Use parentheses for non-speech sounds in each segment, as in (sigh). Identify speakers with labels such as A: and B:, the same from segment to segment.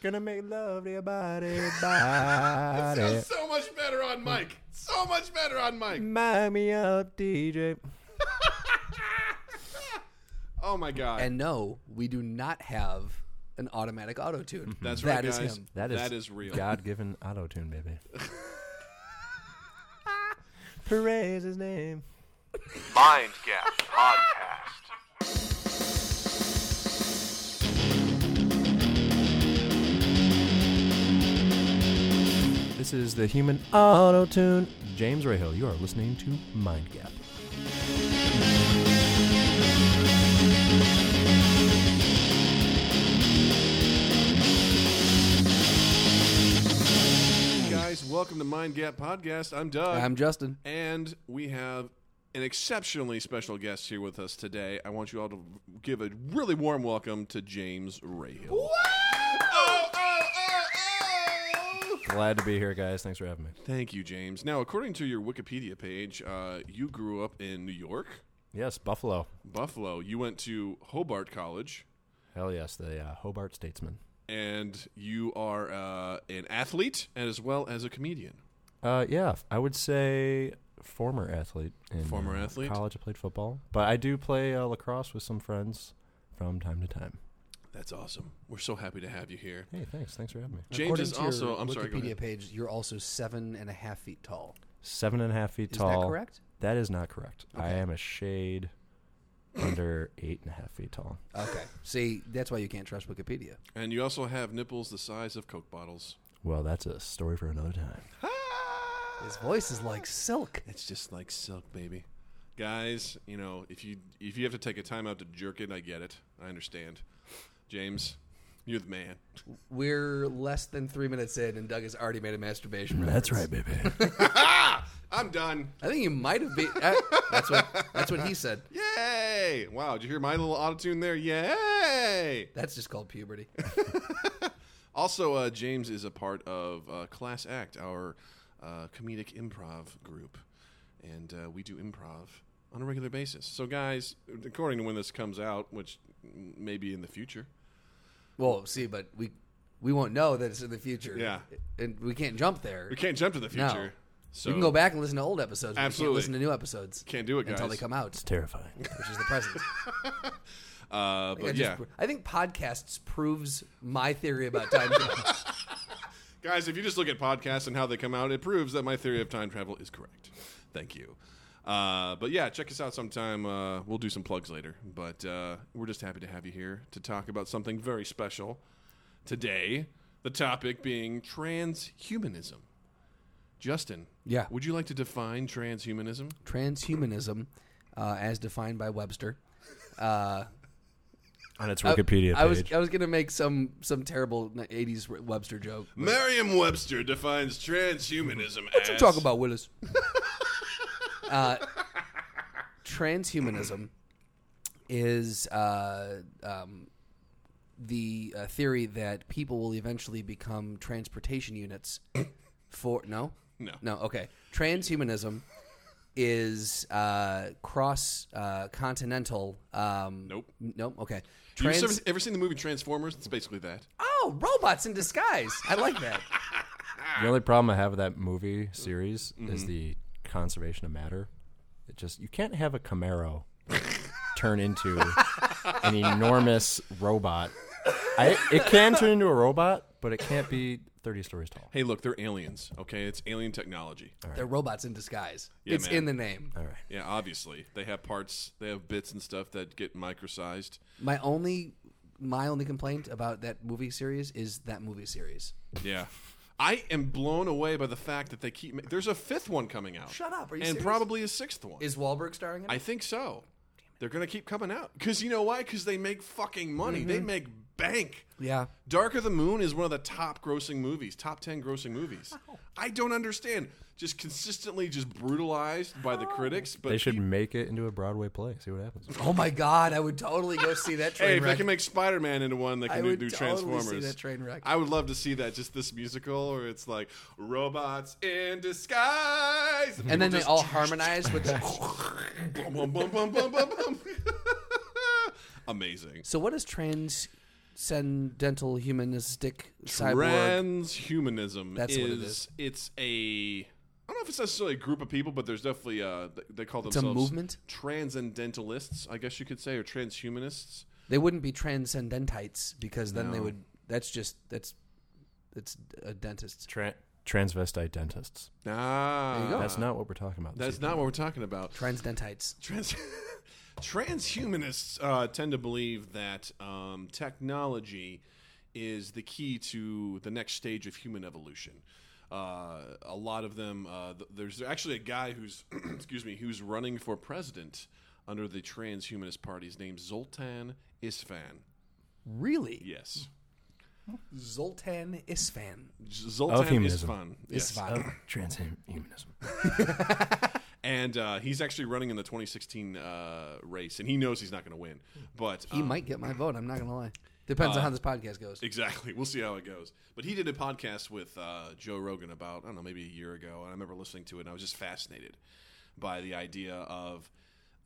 A: Gonna make love to your (laughs) body, body.
B: Eh.
C: Sounds so much better on Mike. So much better on Mike.
A: Mind me up, DJ.
C: Oh my god.
B: And no, we do not have an automatic auto tune.
C: Mm-hmm. That's right,
B: That is
C: guys.
B: him.
C: That is That is real.
A: God given auto tune, baby. (laughs) Praise his name.
D: Mind Gap Podcast.
A: This is the human auto tune. James Rahill, you are listening to Mind Gap.
C: guys, welcome to Mind Gap Podcast. I'm Doug.
B: I'm Justin.
C: and we have an exceptionally special guest here with us today. I want you all to give a really warm welcome to James Rahill. Oh, oh, oh, oh.
A: Glad to be here, guys. Thanks for having me.
C: Thank you, James. Now, according to your Wikipedia page, uh, you grew up in New York,
A: Yes, Buffalo.
C: Buffalo. You went to Hobart College,
A: Hell yes, the uh, Hobart Statesman.
C: and you are uh, an athlete as well as a comedian.
A: Uh, yeah, I would say former athlete. In,
C: Former
A: uh,
C: athlete?
A: College, I played football, but I do play uh, lacrosse with some friends from time to time.
C: That's awesome. We're so happy to have you here.
A: Hey, thanks. Thanks for having me.
C: James
B: According
C: is
B: to your
C: also. I'm
B: Wikipedia
C: sorry. Go ahead.
B: page, you're also seven and a half feet tall.
A: Seven and a half feet
B: Is
A: tall.
B: that correct?
A: That is not correct. I am a shade under eight and a half feet tall.
B: Okay. See, that's why you can't trust Wikipedia.
C: And you also have nipples the size of Coke bottles.
A: Well, that's a story for another time.
B: His voice is like silk.
C: It's just like silk, baby. Guys, you know, if you if you have to take a time out to jerk it, I get it. I understand. James, you're the man.
B: We're less than three minutes in, and Doug has already made a masturbation. reference.
A: baby.
C: I'm done.
B: I think you might have been. Uh, that's what. That's what he said.
C: Yay! Wow, did you hear my little autotune there? Yay!
B: That's just called puberty.
C: Also, uh, James is a part of uh, Class Act, our uh, comedic improv group, and uh, we do improv on a regular basis. So, guys, according to when this comes out, which maybe in the future,
B: Well, see, but we we won't know that it's in the future.
C: Yeah.
B: and we can't jump there.
C: we can't jump to the future.
B: No.
C: So
B: You can go back and listen to old episodes. but
C: Absolutely.
B: You can't listen to new episodes.
C: Can't do it, guys.
B: until they come out,
A: It's (laughs) terrifying.
B: which is
C: (laughs)
B: the present.
C: Uh,
B: I,
C: but
B: just-
C: yeah,
B: I think podcasts proves my theory about time
C: (laughs)
B: travel.
C: guys, if you just look at podcasts and how they come out, it proves that my theory of time travel is correct. Thank you. Uh, but yeah, check us out sometime. Uh, we'll do some plugs later. But uh, we're just happy to have you here to talk about something very special today. The topic being transhumanism. Justin,
B: Yeah.
C: would you like to define transhumanism?
B: Transhumanism, uh, as defined by Webster. Uh,
A: On its Wikipedia page.
B: I was I was gonna make some some terrible '80s Webster joke. but-
C: Merriam-Webster defines transhumanism
B: What you talking about, Willis? (laughs) uh, transhumanism is uh, um, the uh, theory that people will eventually become transportation units (coughs) for no
C: No.
B: no okay transhumanism is uh, cross uh, continental um,
C: Nope.
B: nope okay
C: you ever, ever seen the movie Transformers? It's basically that.
B: oh robots in disguise I
C: (laughs)
B: like that
A: The only problem I have with that movie series is the conservation of matter. It just you can't have a Camaro turn into an enormous robot. I, it can turn into a robot, but it can't be thirty stories tall.
C: Hey, look, they're aliens. Okay, it's alien technology.
B: they're robots in disguise
C: Yeah,
B: it's
C: man.
B: in the name
A: All right.
C: Yeah, obviously they have parts, they have bits and stuff that get microsized.
B: My only my only complaint about that movie series is that movie series.
C: Yeah, I am blown away by the fact that they keep. ma- There's a fifth one coming out.
B: Shut up, are you
C: and
B: serious?
C: probably a sixth one.
B: Is Wahlberg starring in it?
C: I think so. They're gonna keep coming out because you know why? Because they make fucking money.
A: Mm-hmm.
C: They make bank.
B: yeah.
C: Dark of the Moon is one of the top grossing movies, top 10 grossing movies. I don't understand. Just consistently just brutalized by the critics, but
A: They should
C: peop-
A: make it into a Broadway play. See what happens.
B: Oh my god, I would totally go see that train
C: Hey, if they
B: wreck.
C: can make Spider Man into one, they can
B: I
C: do,
B: would
C: do
B: totally see
C: Transformers.
B: that train wreck.
C: I would love to see that, just this musical where it's like robots in disguise,
B: and
C: people
B: then they
C: just-
B: all
C: (laughs)
B: harmonize with the
C: Bum, bum, bum, bum, bum, bum, bum. (laughs) Amazing.
B: So what does transhumanism transcendental humanistic cyborg.
C: Transhumanism
B: That's
C: is,
B: what it is.
C: It's a. I don't know if it's necessarily a group of people, but there's definitely uh th- they call
B: a
C: themselves
B: movement?
C: transcendentalists, I guess you could say, or transhumanists.
B: They wouldn't be transcendentites because then they would. That's just that's that's a dentist.
A: Tran transvestite dentists.
C: Ah,
B: go.
A: That's not what we're talking about.
C: that's not what we're talking about.
B: Transdentites.
C: Trans- (laughs) transhumanists uh, tend to believe that um, technology is the key to the next stage of human evolution. Uh, a lot of them, uh, th- there's actually a guy who's, (clears throat) excuse me, who's running for president under the transhumanist party. His name's Zoltan Isfan.
B: Really,
C: Yes,
B: Zoltan Isfan.
C: Z- Zoltan
A: humanism.
C: Isfan. Yes.
B: Isfan.
A: Oh, transhumanism.
C: and uh, he's actually running in the 2016 uh, race, and he knows he's not going to win. But
B: He
C: um,
B: might get my vote. I'm not gonna lie. Depends
C: Uh,
B: on how this podcast goes.
C: Exactly. We'll see how it goes. But he did a podcast with uh, Joe Rogan about, I don't know, maybe a year ago. And I remember listening to it, and I was just fascinated by the idea of.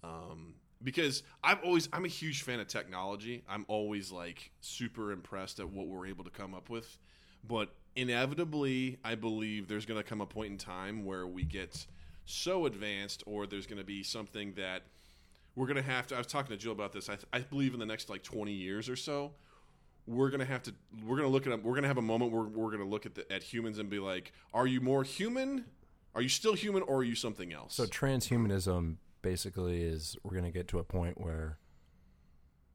C: Um, because I've always, I'm a huge fan of technology. I'm always like super impressed at what we're able to come up with. But inevitably, I believe there's going to come a point in time where we get so advanced, or there's going to be something that we're going to have to. I was talking to Jill about this. I, I believe in the next like 20 years or so, we're gonna have to we're gonna look at we're gonna have a moment where we're gonna look at the, at humans and be like, are you more human? Are you still human, or are you something else?
A: So transhumanism basically is we're going to get to a point where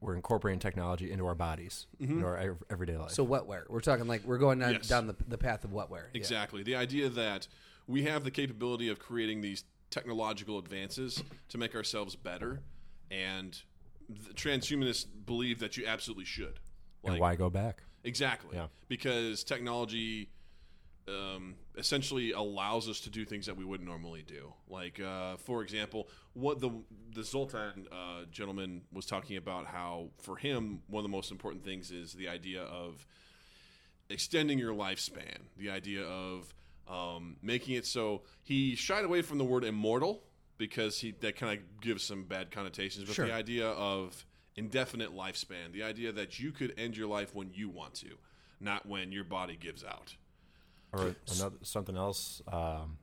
A: we're incorporating technology into our bodies, into our ev- everyday life.
B: Mm-hmm. So wetware. We're talking like we're going down,
C: Yes.
B: down the, the path of wetware. Yeah.
C: Exactly. The idea that we have the capability of creating these technological advances to make ourselves better, and the transhumanists believe that you absolutely should.
A: and why go back?
C: Exactly.
A: Yeah.
C: Because technology um, essentially allows us to do things that we wouldn't normally do. Like, uh, for example, what the the Zoltan uh, gentleman was talking about how for him one of the most important things is the idea of extending your lifespan. The idea of um, making it so he shied away from the word immortal because he that kind of gives some bad connotations. But the idea of indefinite lifespan, the idea that you could end your life when you want to, not when your body gives out.
A: Or another, something else. Um,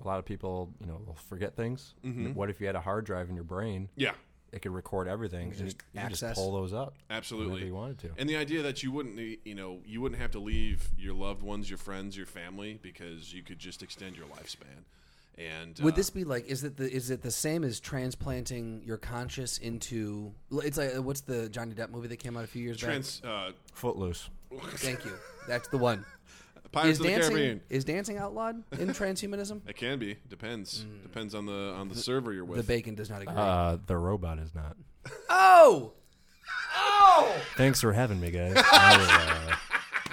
A: a lot of people, you know, will forget things.
B: Mm-hmm.
A: What if you had a hard drive in your brain?
C: Yeah,
A: It could record everything. and You
B: just
A: just, you could just
B: access.
A: pull those up.
C: absolutely.
A: Whenever you wanted to.
C: And the idea that you wouldn't, need- you know, you wouldn't have to leave your loved ones, your friends, your family, because you could just extend your lifespan. And
B: Would
C: uh,
B: this be like? Is it the is it the same as transplanting your conscious into? It's like what's the Johnny Depp movie that came out a few years
C: trans uh,
A: Footloose.
B: back? (laughs) Thank you. That's the one.
C: (laughs) Pirates
B: Is
C: of the
B: dancing
C: Caribbean?
B: is dancing outlawed
C: (laughs)
B: in transhumanism?
C: It can be. Depends. Depends on the on the, server you're
B: Mm. The
C: with.
B: bacon does not agree.
A: Uh, the robot is not.
B: oh,
C: Oh!
A: Thanks for having me,
B: (laughs)
A: guys. (laughs) I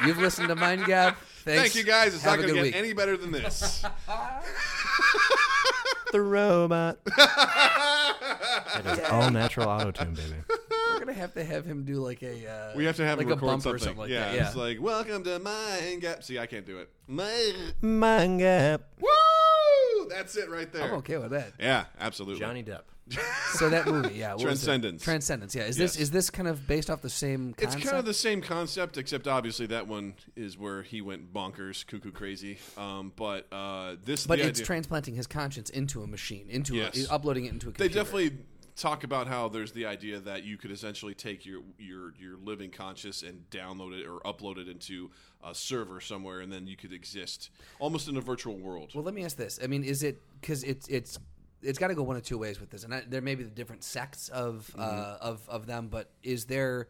A: will, uh,
B: you've listened to Mind Gap.
C: (laughs)
B: Thanks.
C: Thank you guys. It's not
B: Have a
C: going to
B: good
C: get
B: week.
C: any better than
B: (laughs)
C: this.
A: the
B: (laughs)
A: robot. it is all natural auto tune, baby.
B: We're gonna have to have him do like a. Uh,
C: We have to have
B: like
C: him
B: a
C: record
B: bump
C: something.
B: or something like
C: yeah,
B: that. Yeah.
C: it's like welcome to Mind Gap. See, I can't do it.
B: (laughs)
C: Mind-
A: Mind gap.
C: Woo! That's it right there.
B: I'm okay with that.
C: Yeah, absolutely.
A: Johnny Depp.
B: So that movie, yeah, what was it?
C: Transcendence.
B: Transcendence, yeah. Is this
C: Yes.
B: is this kind of based off the same?
C: It's
B: Concept?
C: kind of the same concept, except obviously that one is where he went bonkers, cuckoo crazy. Um, but uh, this,
B: But
C: the
B: it's
C: idea-
B: transplanting his conscience into a machine, into
C: Yes.
B: a, uploading it into a
C: they
B: computer.
C: definitely talk about how there's the idea that you could essentially take your your your living conscious and download it or upload it into a server somewhere and then you could exist almost in a virtual world
B: Well, let me ask this. I mean, is it because it's it's it's got to go one of two ways with this, and I, there may be the different sects of uh,
C: Mm-hmm.
B: of of them, but is there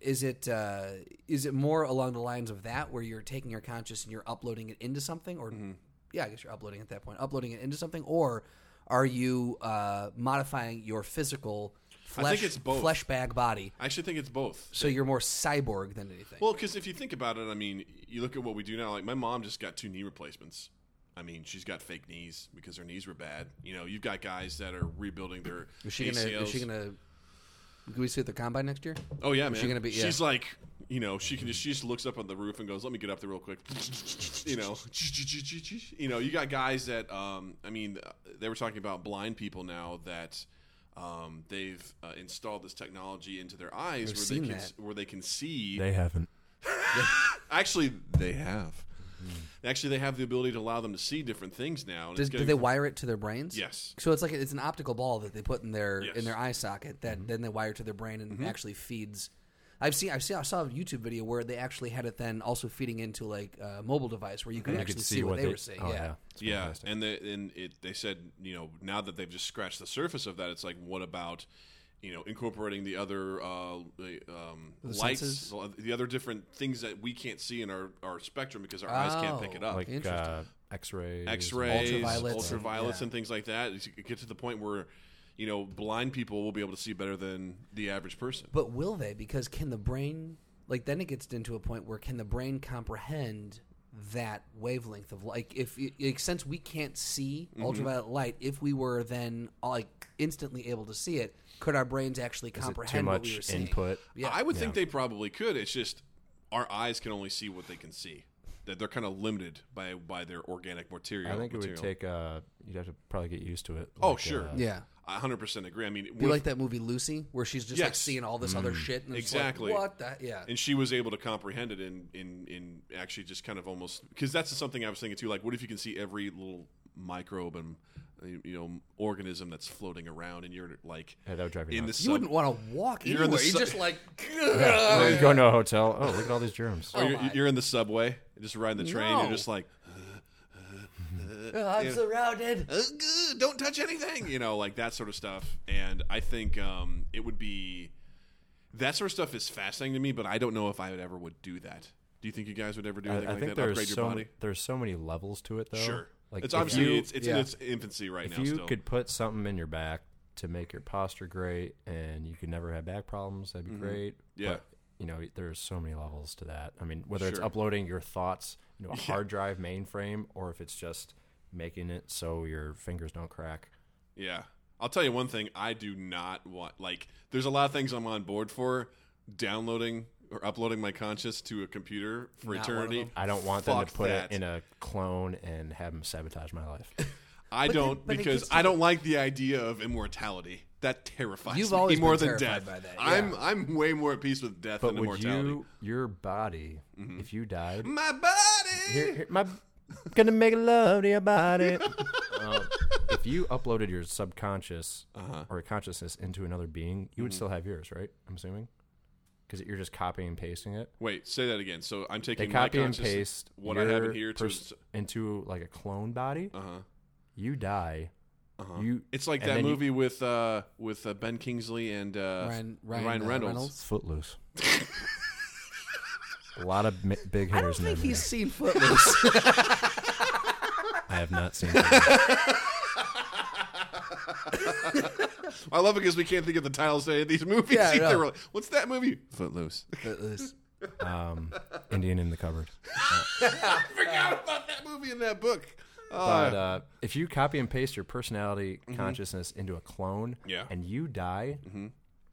B: is it uh, is it more along the lines of that where you're taking your conscious and you're uploading it into something, or
C: Mm-hmm.
B: yeah, I guess you're uploading at that point, uploading it into something, or are you uh, modifying your physical
C: think
B: flesh
C: it's both.
B: flesh bag body
C: i actually think it's both
B: so you're more cyborg than anything?
C: well because if you think about it i mean you look at what we do now like my mom just got two knee replacements i mean she's got fake knees because her knees were bad you know you've got guys that are rebuilding their
B: is she gonna
C: ACLs.
B: is she gonna can we see at the combine next year?
C: Oh yeah, man.
B: she gonna be- yeah.
C: She's like, you know, she can just she just looks up on the roof and goes, "Let me get up there real quick." you know, you know, you got guys that, um, I mean, they were talking about blind people now that Um, they've uh, installed this technology into their eyes where
B: seen
C: they can
B: that.
C: where they can see.
A: They haven't.
C: Actually, they have. Actually, they have the ability to allow them to see different things now. and
B: Hmm. Does,
C: it's
B: do
C: getting-
B: they wire it to their brains?
C: Yes.
B: So it's like it's an optical ball that they put in their
C: Yes. Mm-hmm.
B: in their eye socket that then they wire to their brain and actually feeds. I've seen I've seen I saw a YouTube video where they actually had it then also feeding into like a mobile device where you
C: Mm-hmm.
B: could
A: You
B: actually
A: could
B: see, what they, were seeing.
A: Oh,
B: yeah.
A: It's
C: Yeah,
A: fantastic.
C: and they and it they said you know now that they've just scratched the surface of that, it's like what about you know incorporating the other uh, the, um, lights,
B: senses?
C: the other different things that we can't see in our our spectrum because our eyes can't pick it
B: Oh,
C: up.
A: like
B: Interesting.
A: uh, X-rays,
C: X-rays, ultraviolets,
B: Ultraviolets.
C: and things like that. You get to the point where, you know, blind people will be able to see better than the average person.
B: But will they? Because can the brain like then it gets into a point where can the brain comprehend that wavelength of like if like since we can't see
C: Mm-hmm.
B: ultraviolet light, if we were then like instantly able to see it, could our brains actually
A: Is it too
B: comprehend what we were
A: much
B: seeing?
A: input?
B: Yeah.
C: I would think they probably could. It's just our eyes can only see what they can see. That they're kind of limited by by their organic material.
A: I think it would
C: material.
A: take. Uh, you'd have to probably get used to it.
C: Oh
A: Like,
C: sure,
A: uh,
B: Yeah.
C: I hundred percent agree. I mean,
B: Be
C: what if-
B: like that movie Lucy, where she's just like
C: Yes. Mm-hmm.
B: seeing all this other shit. And it's like,
C: Exactly.
B: what the? Yeah.
C: and she was able to comprehend it in in in actually just kind of almost because that's something I was thinking too. Like, what if you can see every little microbe and uh, you know organism that's floating around, and you're like
A: Yeah, that would drive you
C: in the
A: nuts.
B: you
C: sub-
B: wouldn't want to walk
C: You're in the
B: anywhere. You're
C: su- (laughs)
B: just like,
A: And then you go into a hotel. Oh, look at all these germs.
C: Or you're, you're in the subway, just riding the train.
B: No.
C: You're just like,
B: "Ugh, I'm surrounded.
C: "Ugh, ugh, don't touch anything, you know, like that sort of stuff. And I think um, it would be that sort of stuff is fascinating to me, but I don't know if I would ever would do that. Do you think you guys would ever do
A: I,
C: anything
A: I
C: like
A: think
C: that?
A: there's
C: Upgrade your
A: so
C: body?
A: many, there's so many levels to it though.
C: Sure.
A: Like
C: it's
A: if
C: obviously
A: you-
C: it's, it's in
B: yeah.
C: its infancy right
A: if
C: now.
A: you
C: still.
A: could put something in your back to make your posture great and you could never have back problems that'd be great
C: Mm-hmm. Yeah.
A: but, you know there's so many levels to that i mean whether it's
C: Sure.
A: uploading your thoughts you
C: (laughs)
A: know a hard drive mainframe or if it's just making it so your fingers don't crack
C: Yeah. I'll tell you one thing I do not want. Like, there's a lot of things I'm on board for. Downloading or uploading my conscious to a computer for
B: Not one of
C: eternity.
B: them.
A: i don't want them to
C: Fuck
A: put
C: that.
A: it in a clone and have them sabotage my
C: (laughs)
A: life
C: I
B: But then-
C: don't
B: but it
C: because
B: gets to
C: I don't like the idea of immortality. That terrifies
B: You've
C: me
B: always
C: more
B: been
C: than death.
B: terrified by that,
C: I'm
B: yeah.
C: I'm way more at peace with death
A: but
C: than
A: would
C: immortality.
A: you your body
C: Mm-hmm.
A: if you died
C: My body.
A: here, here my gonna make love to your
C: (laughs)
A: body. Uh, if you uploaded your subconscious
C: Uh-huh.
A: or consciousness into another being, you
C: Mm-hmm.
A: would still have yours, right? I'm assuming because you're just copying and pasting it.
C: Wait, say that again. So I'm
A: They
C: taking my
A: copy and
C: conscious-
A: paste
C: what I have in
A: your
C: here to.
A: pers- into like a clone body.
C: uh-huh.
A: You die. You
C: It's like
A: and
C: that
A: then you-
C: movie with uh, with uh, Ben Kingsley and uh,
B: Ryan- Ryan, uh,
C: Reynolds.
B: Reynolds.
C: (laughs)
A: Footloose. a lot of mi- big
B: I don't
A: hairs in there.
B: think he's
C: (laughs)
B: seen Footloose.
A: I have not seen. Footloose.
C: I love it because we can't think of the titles of these movies
B: Yeah, I
C: either.
B: know.
C: We're like, What's that movie? Footloose.
B: Footloose.
A: um, Indian in the cupboard.
C: Forgot about (laughs) that movie in that book. Uh, Mm-hmm.
A: But uh, if you copy and paste your personality consciousness into a clone
C: Yeah. Mm-hmm.
A: and you die,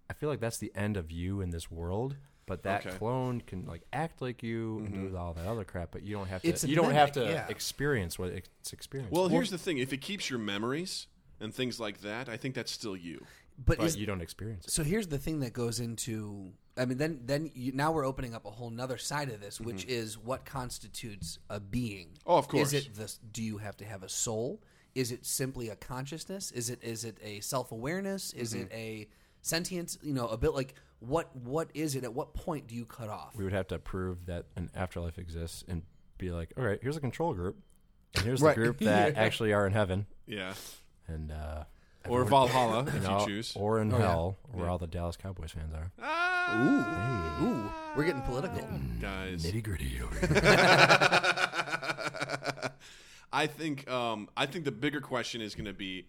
A: I feel like that's the end of you in this world. But that
C: Okay. Mm-hmm.
A: clone can like act like you and do all that other crap, but you don't have to.
B: It's a
A: you don't have to
B: mimic, yeah.
A: experience what it's experienced.
C: well, here's the thing: if it keeps your memories and things like that, I think that's still you.
B: But
A: but
B: is,
A: you don't experience it.
B: so here's the thing that goes into. I mean, then then you, now we're opening up a whole nother side of this, which is what constitutes a being.
C: Oh, of course.
B: Is it the? Do you have to have a soul? Is it simply a consciousness? Is it is it a self awareness? Is it a sentience? You know, a bit like what what is it? At what point do you cut off?
A: We would have to prove that an afterlife exists and be like, all right, here's a control group, and here's
B: Right.
A: the
C: (laughs)
A: group that actually are in heaven,
C: Yeah,
A: and uh,
C: or
A: everyone-
B: (coughs)
C: Valhalla if
A: you know,
C: you choose.
A: or in
B: Oh, yeah.
A: hell, where all the Dallas Cowboys fans are.
C: Ah,
B: Ooh, ooh, we're getting political.
C: Mm-hmm. guys,
A: Nitty gritty over
C: I think um, I think the bigger question is going to be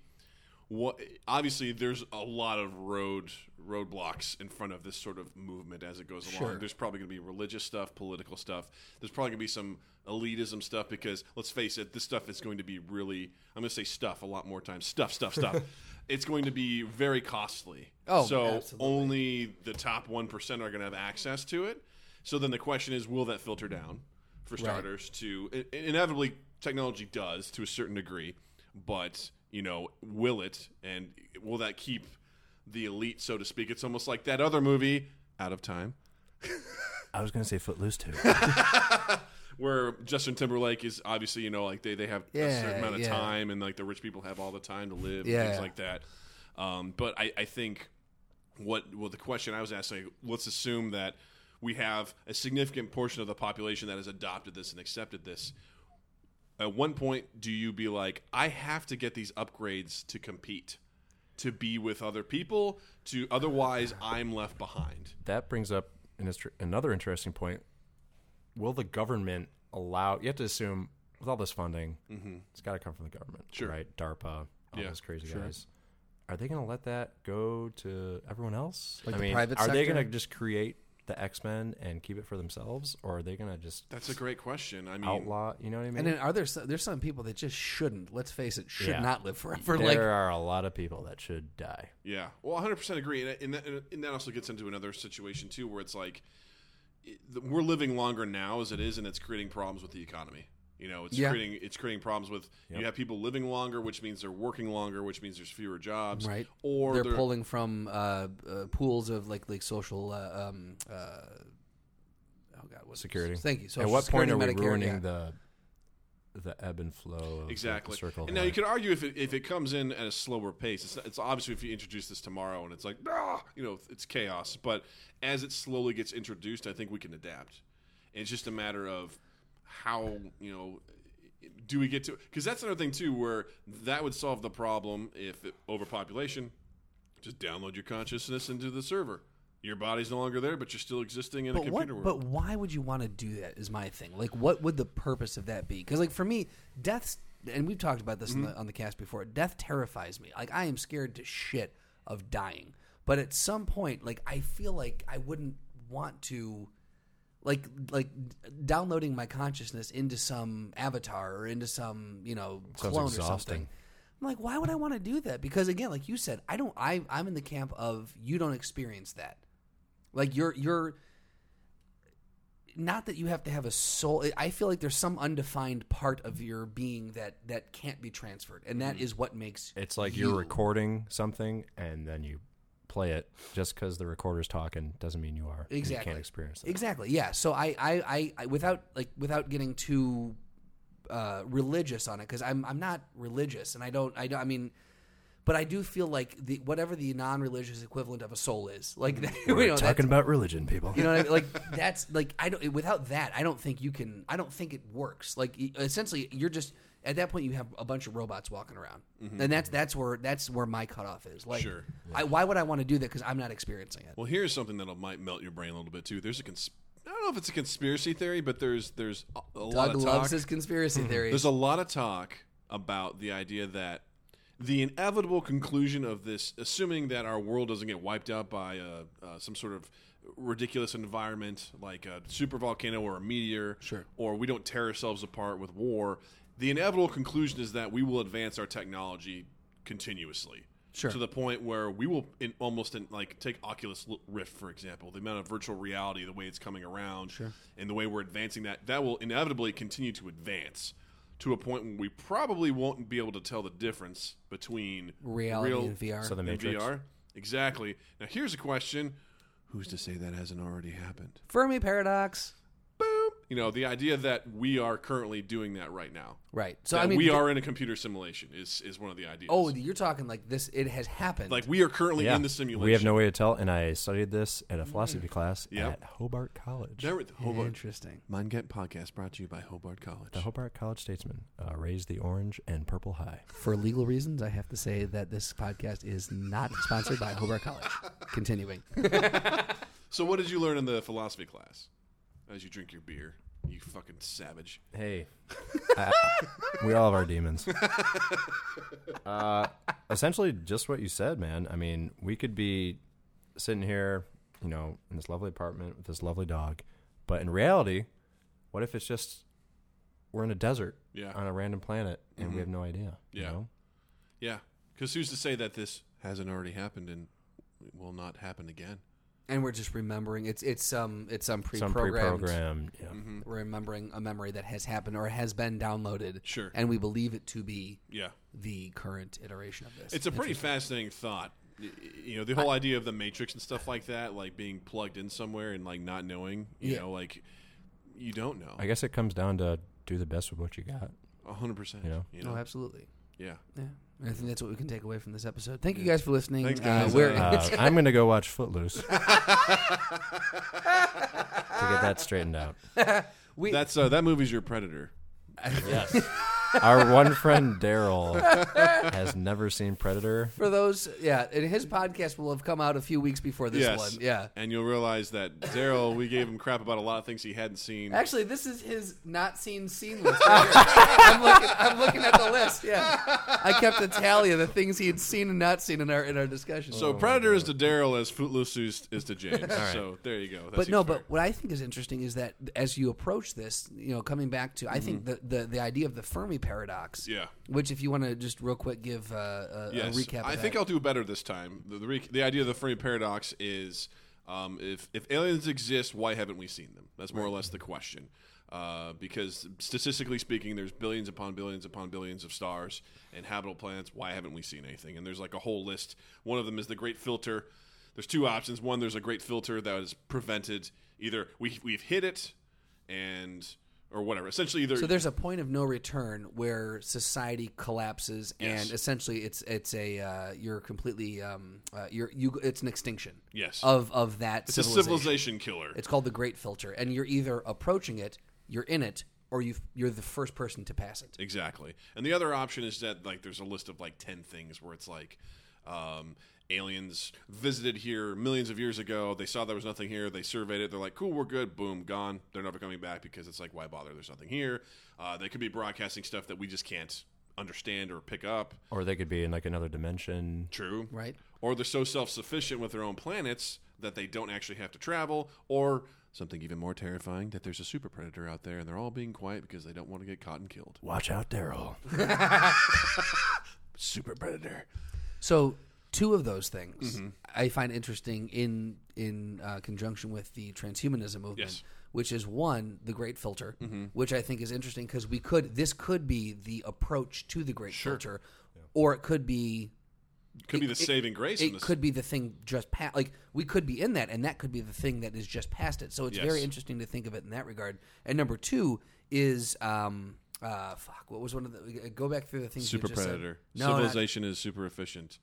C: what. Obviously, there's a lot of road roadblocks in front of this sort of movement as it goes along. There's probably going to be religious stuff, political stuff. There's probably going to be some elitism stuff because let's face it, this stuff is going to be really. I'm going to say stuff a lot more times. Stuff, stuff, stuff. it's going to be very costly.
B: Oh,
C: so
B: absolutely.
C: only the top one percent are going to have access to it. So then the question is, will that filter down? For starters, to i- inevitably technology does to a certain degree, but you know, will it and will that keep the elite, so to speak. It's almost like that other movie, Out of Time,
A: I was gonna say Footloose too.
C: where Justin Timberlake is obviously, you know, like they, they have a
B: Yeah,
C: certain amount of
B: yeah.
C: time and like the rich people have all the time to live and
B: Yeah.
C: things like that. Um, but I, I think what well the question I was asking, like, let's assume that we have a significant portion of the population that has adopted this and accepted this. At one point, do you be like, I have to get these upgrades to compete, to be with other people, to otherwise I'm left behind.
A: (laughs) that brings up an, instr- another interesting point. Will the government allow? You have to assume with all this funding, it's got to come from the government,
C: Mm-hmm. Sure.
A: right? DARPA, all
C: Yeah,
A: those crazy
C: sure.
A: guys. Are they going to let that go to everyone else?
B: Like
A: I
B: the
A: mean,
B: private
A: are they
B: sector?
A: going to just create the X Men and keep it for themselves, or are they going to just
C: That's a great question. I mean,
A: outlaw? You know what I mean?
B: And then are there some, there's some people that just shouldn't? Let's face it, should
A: Yeah.
B: not live forever.
A: there
B: like
A: are a lot of people that should die.
C: Yeah, well, 100% agree, and, and, that, and that also gets into another situation too, where it's like it, the- we're living longer now as it is, and it's creating problems with the economy. You know, it's
B: Yeah.
C: creating it's creating problems with you have people living longer, which means they're working longer, which means there's fewer jobs,
B: right?
C: Or
B: they're,
C: they're-
B: pulling from uh, uh, pools of like like social. Uh, um, uh, oh God, what's
A: Security.
B: Thank you.
A: At
B: Social
A: what point
B: Security,
A: are we
B: Medicare,
A: ruining
B: yeah.
A: the the ebb and flow? Of
C: exactly.
A: The circle of
C: and now you
A: life?
C: could argue if it, if it comes in at a slower pace, it's, it's obviously if you introduce this tomorrow and it's like ah, you know, it's chaos. But as it slowly gets introduced, I think we can adapt. It's just a matter of how you know do we get to because that's another thing too where that would solve the problem if it, overpopulation just download your consciousness into the server your body's no longer there but you're still existing in a
B: But what?
C: computer world
B: But why would you want to do that? Is my thing. Like, what would the purpose of that be? Because like for me, deaths, and we've talked about this on, the, on the cast before. Death terrifies me. Like I am scared to shit of dying. But at some point, like I feel like I wouldn't want to. like like downloading my consciousness into some avatar or into some you know
A: Sounds
B: clone or
A: exhausting.
B: something. I'm like, why would I want to do that? Because again, like you said, I don't. I I'm in the camp of you don't experience that. Like you're you're. Not that you have to have a soul. I feel like there's some undefined part of your being that that can't be transferred, and that is what makes
A: Mm-hmm. It's like
B: you.
A: you're recording something and then you play it. Just because the recorder's talking doesn't mean you are. and
B: Exactly.
A: You can't
B: (laughs)
A: experience that.
B: Exactly. Yeah. So I, I, I, I without like without getting too uh, religious on it because I'm I'm not religious and I don't I don't I mean. But I do feel like the whatever the non-religious equivalent of a soul is, like (laughs)
A: Mm-hmm.
B: you know, that's-
A: about religion, people.
B: you know what I mean? Like (laughs) that's like I don't without that I don't think you can I don't think it works. Like y- essentially you're just at that point you have a bunch of robots walking around. And that's that's where that's where my cutoff is. Like
C: Mm-hmm. Sure.
B: I, why would I want to do that cuz I'm not experiencing it.
C: Well, here's something that will might melt your brain a little bit too. There's a cons- I don't know if it's a conspiracy theory, but there's there's a, a lot
B: Doug
C: of
B: loves
C: talk. (laughs)
B: his conspiracy theories.
C: There's a lot of talk about the idea that the inevitable conclusion of this, assuming that our world doesn't get wiped out by uh, uh, some sort of ridiculous environment like a super volcano or a meteor,
B: Sure.
C: or we don't tear ourselves apart with war, the inevitable conclusion is that we will advance our technology continuously.
B: Sure.
C: To the point where we will in, almost in, like take Oculus L- Rift for example, the amount of virtual reality, the way it's coming around, and the way we're advancing that, that will inevitably continue to advance to a point where we probably won't be able to tell the difference between
B: reality
C: real
B: and VR.
A: (laughs) So the
C: and
A: Matrix.
C: VR. Exactly. Now here's a question: Who's to say that hasn't already happened?
B: Fermi paradox.
C: You know, the idea that we are currently doing that right now.
B: Right. So
C: That
B: I mean,
C: we
B: th-
C: are in a computer simulation is is one of the ideas.
B: Oh, you're talking like this. It has happened.
C: like we are currently
A: Yeah.
C: in the simulation.
A: We have no way to tell. And I studied this at a philosophy class
C: Yeah.
A: at Hobart College.
C: There, Hobart.
B: interesting.
C: Mind Gap podcast brought to you by Hobart College.
A: The Hobart College Statesman uh, raised the orange and purple high.
B: For legal reasons, I have to say that this podcast is not sponsored by Hobart College.
C: (laughs)
B: Continuing.
C: so, what did you learn in the philosophy class? As you drink your beer, you fucking savage.
A: Hey, I- we all have our demons. (laughs) Uh, essentially, just what you said, man. I mean, we could be sitting here, you know, in this lovely apartment with this lovely dog, but in reality, what if it's just we're in a desert
C: Yeah. Mm-hmm.
A: on a random planet and we have no idea? you
C: Yeah.
A: know?
C: Yeah, because who's to say that this hasn't already happened and will not happen again?
B: And we're just remembering. It's it's um it's some
A: some
B: pre-programmed.
A: pre-programmed. Yeah.
C: Mm-hmm.
B: We're remembering a memory that has happened or has been downloaded.
C: Sure.
B: And we believe it to be
C: Yeah,
B: the current iteration of this.
C: it's a pretty fascinating thought y- you know the whole idea of the matrix and stuff like that like being plugged in somewhere and like not knowing you
B: Yeah.
C: know like you don't know
A: I guess it comes down to do the best with what you got.
C: 100%
A: Yeah.
C: you
B: No,
C: know
B: Oh, absolutely.
C: yeah
B: Yeah. I think that's what we can take away from this episode. Thank you guys for listening.
C: Thanks,
B: Uh,
C: guys.
B: we're-
A: Uh, I'm going to go watch Footloose to get that straightened out.
B: we,
C: that's uh, that movie's your predator
A: (laughs) Our one friend Daryl has never seen Predator.
B: for those, yeah, and his podcast will have come out a few weeks before this
C: yes
B: one. Yeah.
C: and you'll realize that daryl we gave him crap about a lot of things he hadn't seen
B: Actually, this is his not seen scene list. Right here. I'm, looking, I'm looking at the list. Yeah, I kept a tally of the things he had seen and not seen in our in our
A: Oh,
B: discussion.
C: so predator is to daryl as footloose is, is to
B: (laughs)
C: james so there you go that
B: but
C: seems
B: no,
C: fair.
B: but what I think is interesting is that as you approach this, you know, coming back to, I think the, the the idea of the Fermi paradox.
C: Mm-hmm. Yeah.
B: Which, if you want to just real quick give uh, a,
C: Yes.
B: a recap, of
C: I think
B: that.
C: I'll do better this time. The, the, re- the idea of the Fermi paradox is um, if, if aliens exist, why haven't we seen them? That's more or less the question. Uh, because statistically speaking, there's billions upon billions upon billions of stars and habitable planets. Why haven't we seen anything? And there's like a whole list. One of them is the Great Filter. There's two options. One, there's a Great Filter that is prevented. Either we, we've hit it, and or whatever. Essentially, either
B: So there's a point of no return where society collapses,
C: Yes.
B: and essentially it's it's a uh, you're completely um, uh, you're you it's an extinction.
C: Yes.
B: Of of that
C: it's a
B: civilization.
C: civilization killer.
B: It's called the Great Filter, and you're either approaching it, you're in it, or you you're the first person to pass it.
C: Exactly. And the other option is that like there's a list of like ten things where it's like um, aliens visited here millions of years ago. They saw there was nothing here. They surveyed it. They're like, cool, we're good. Boom, gone. They're never coming back because it's like, why bother? There's nothing here. Uh, they could be broadcasting stuff that we just can't understand or pick up.
A: Or they could be in like another dimension.
C: True.
B: Right.
C: Or they're so self sufficient with their own planets that they don't actually have to travel. Or something even more terrifying that there's a super predator out there and they're all being quiet because they don't want to get caught and killed.
A: Watch out,
C: (laughs)
A: Daryl.
C: Super predator.
B: So two of those things I find interesting in in uh, conjunction with the transhumanism movement.
C: Yes. Mm-hmm.
B: Which is one, the Great Filter, which I think is interesting because we could this could be the approach to the Great Filter, or it could be
C: Could be
B: It-
C: the
B: it-
C: saving grace. in
B: it
C: this.
B: could be the thing just past like we could be in that and that could be the thing that is just past it so it's very
C: Yes.
B: interesting to think of it in that regard and number two is um uh fuck what was one of the go back through the things
C: super
B: you just said.
C: predator.
B: no not-
C: Civilization is super efficient.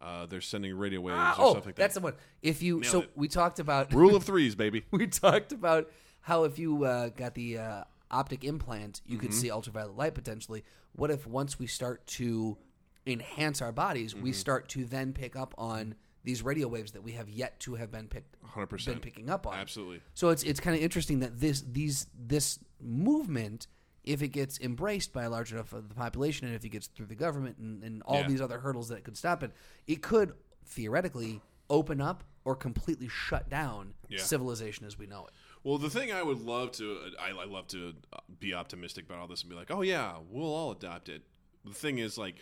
C: Uh, they're sending radio waves
B: Ah,
C: or
B: oh
C: something like
B: that's
C: that.
B: the one if you so
C: it.
B: we talked about
C: Rule of threes, baby.
B: (laughs) we talked about how if you uh, got the uh, optic implant, you
C: Mm-hmm.
B: could see ultraviolet light potentially. What if once we start to enhance our bodies,
C: Mm-hmm.
B: we start to then pick up on these radio waves that we have yet to have been picked
C: 100%.
B: been picking up on.
C: Absolutely.
B: So it's it's kind of interesting that this these this movement if it gets embraced by a large enough of the population and if it gets through the government and, and all
C: Yeah.
B: these other hurdles that could stop it, it could theoretically open up or completely shut down civilization as we know it.
C: Well, the thing I would love to, I, I love to uh, be optimistic about all this and be like, oh yeah, we'll all adopt it. The thing is, like,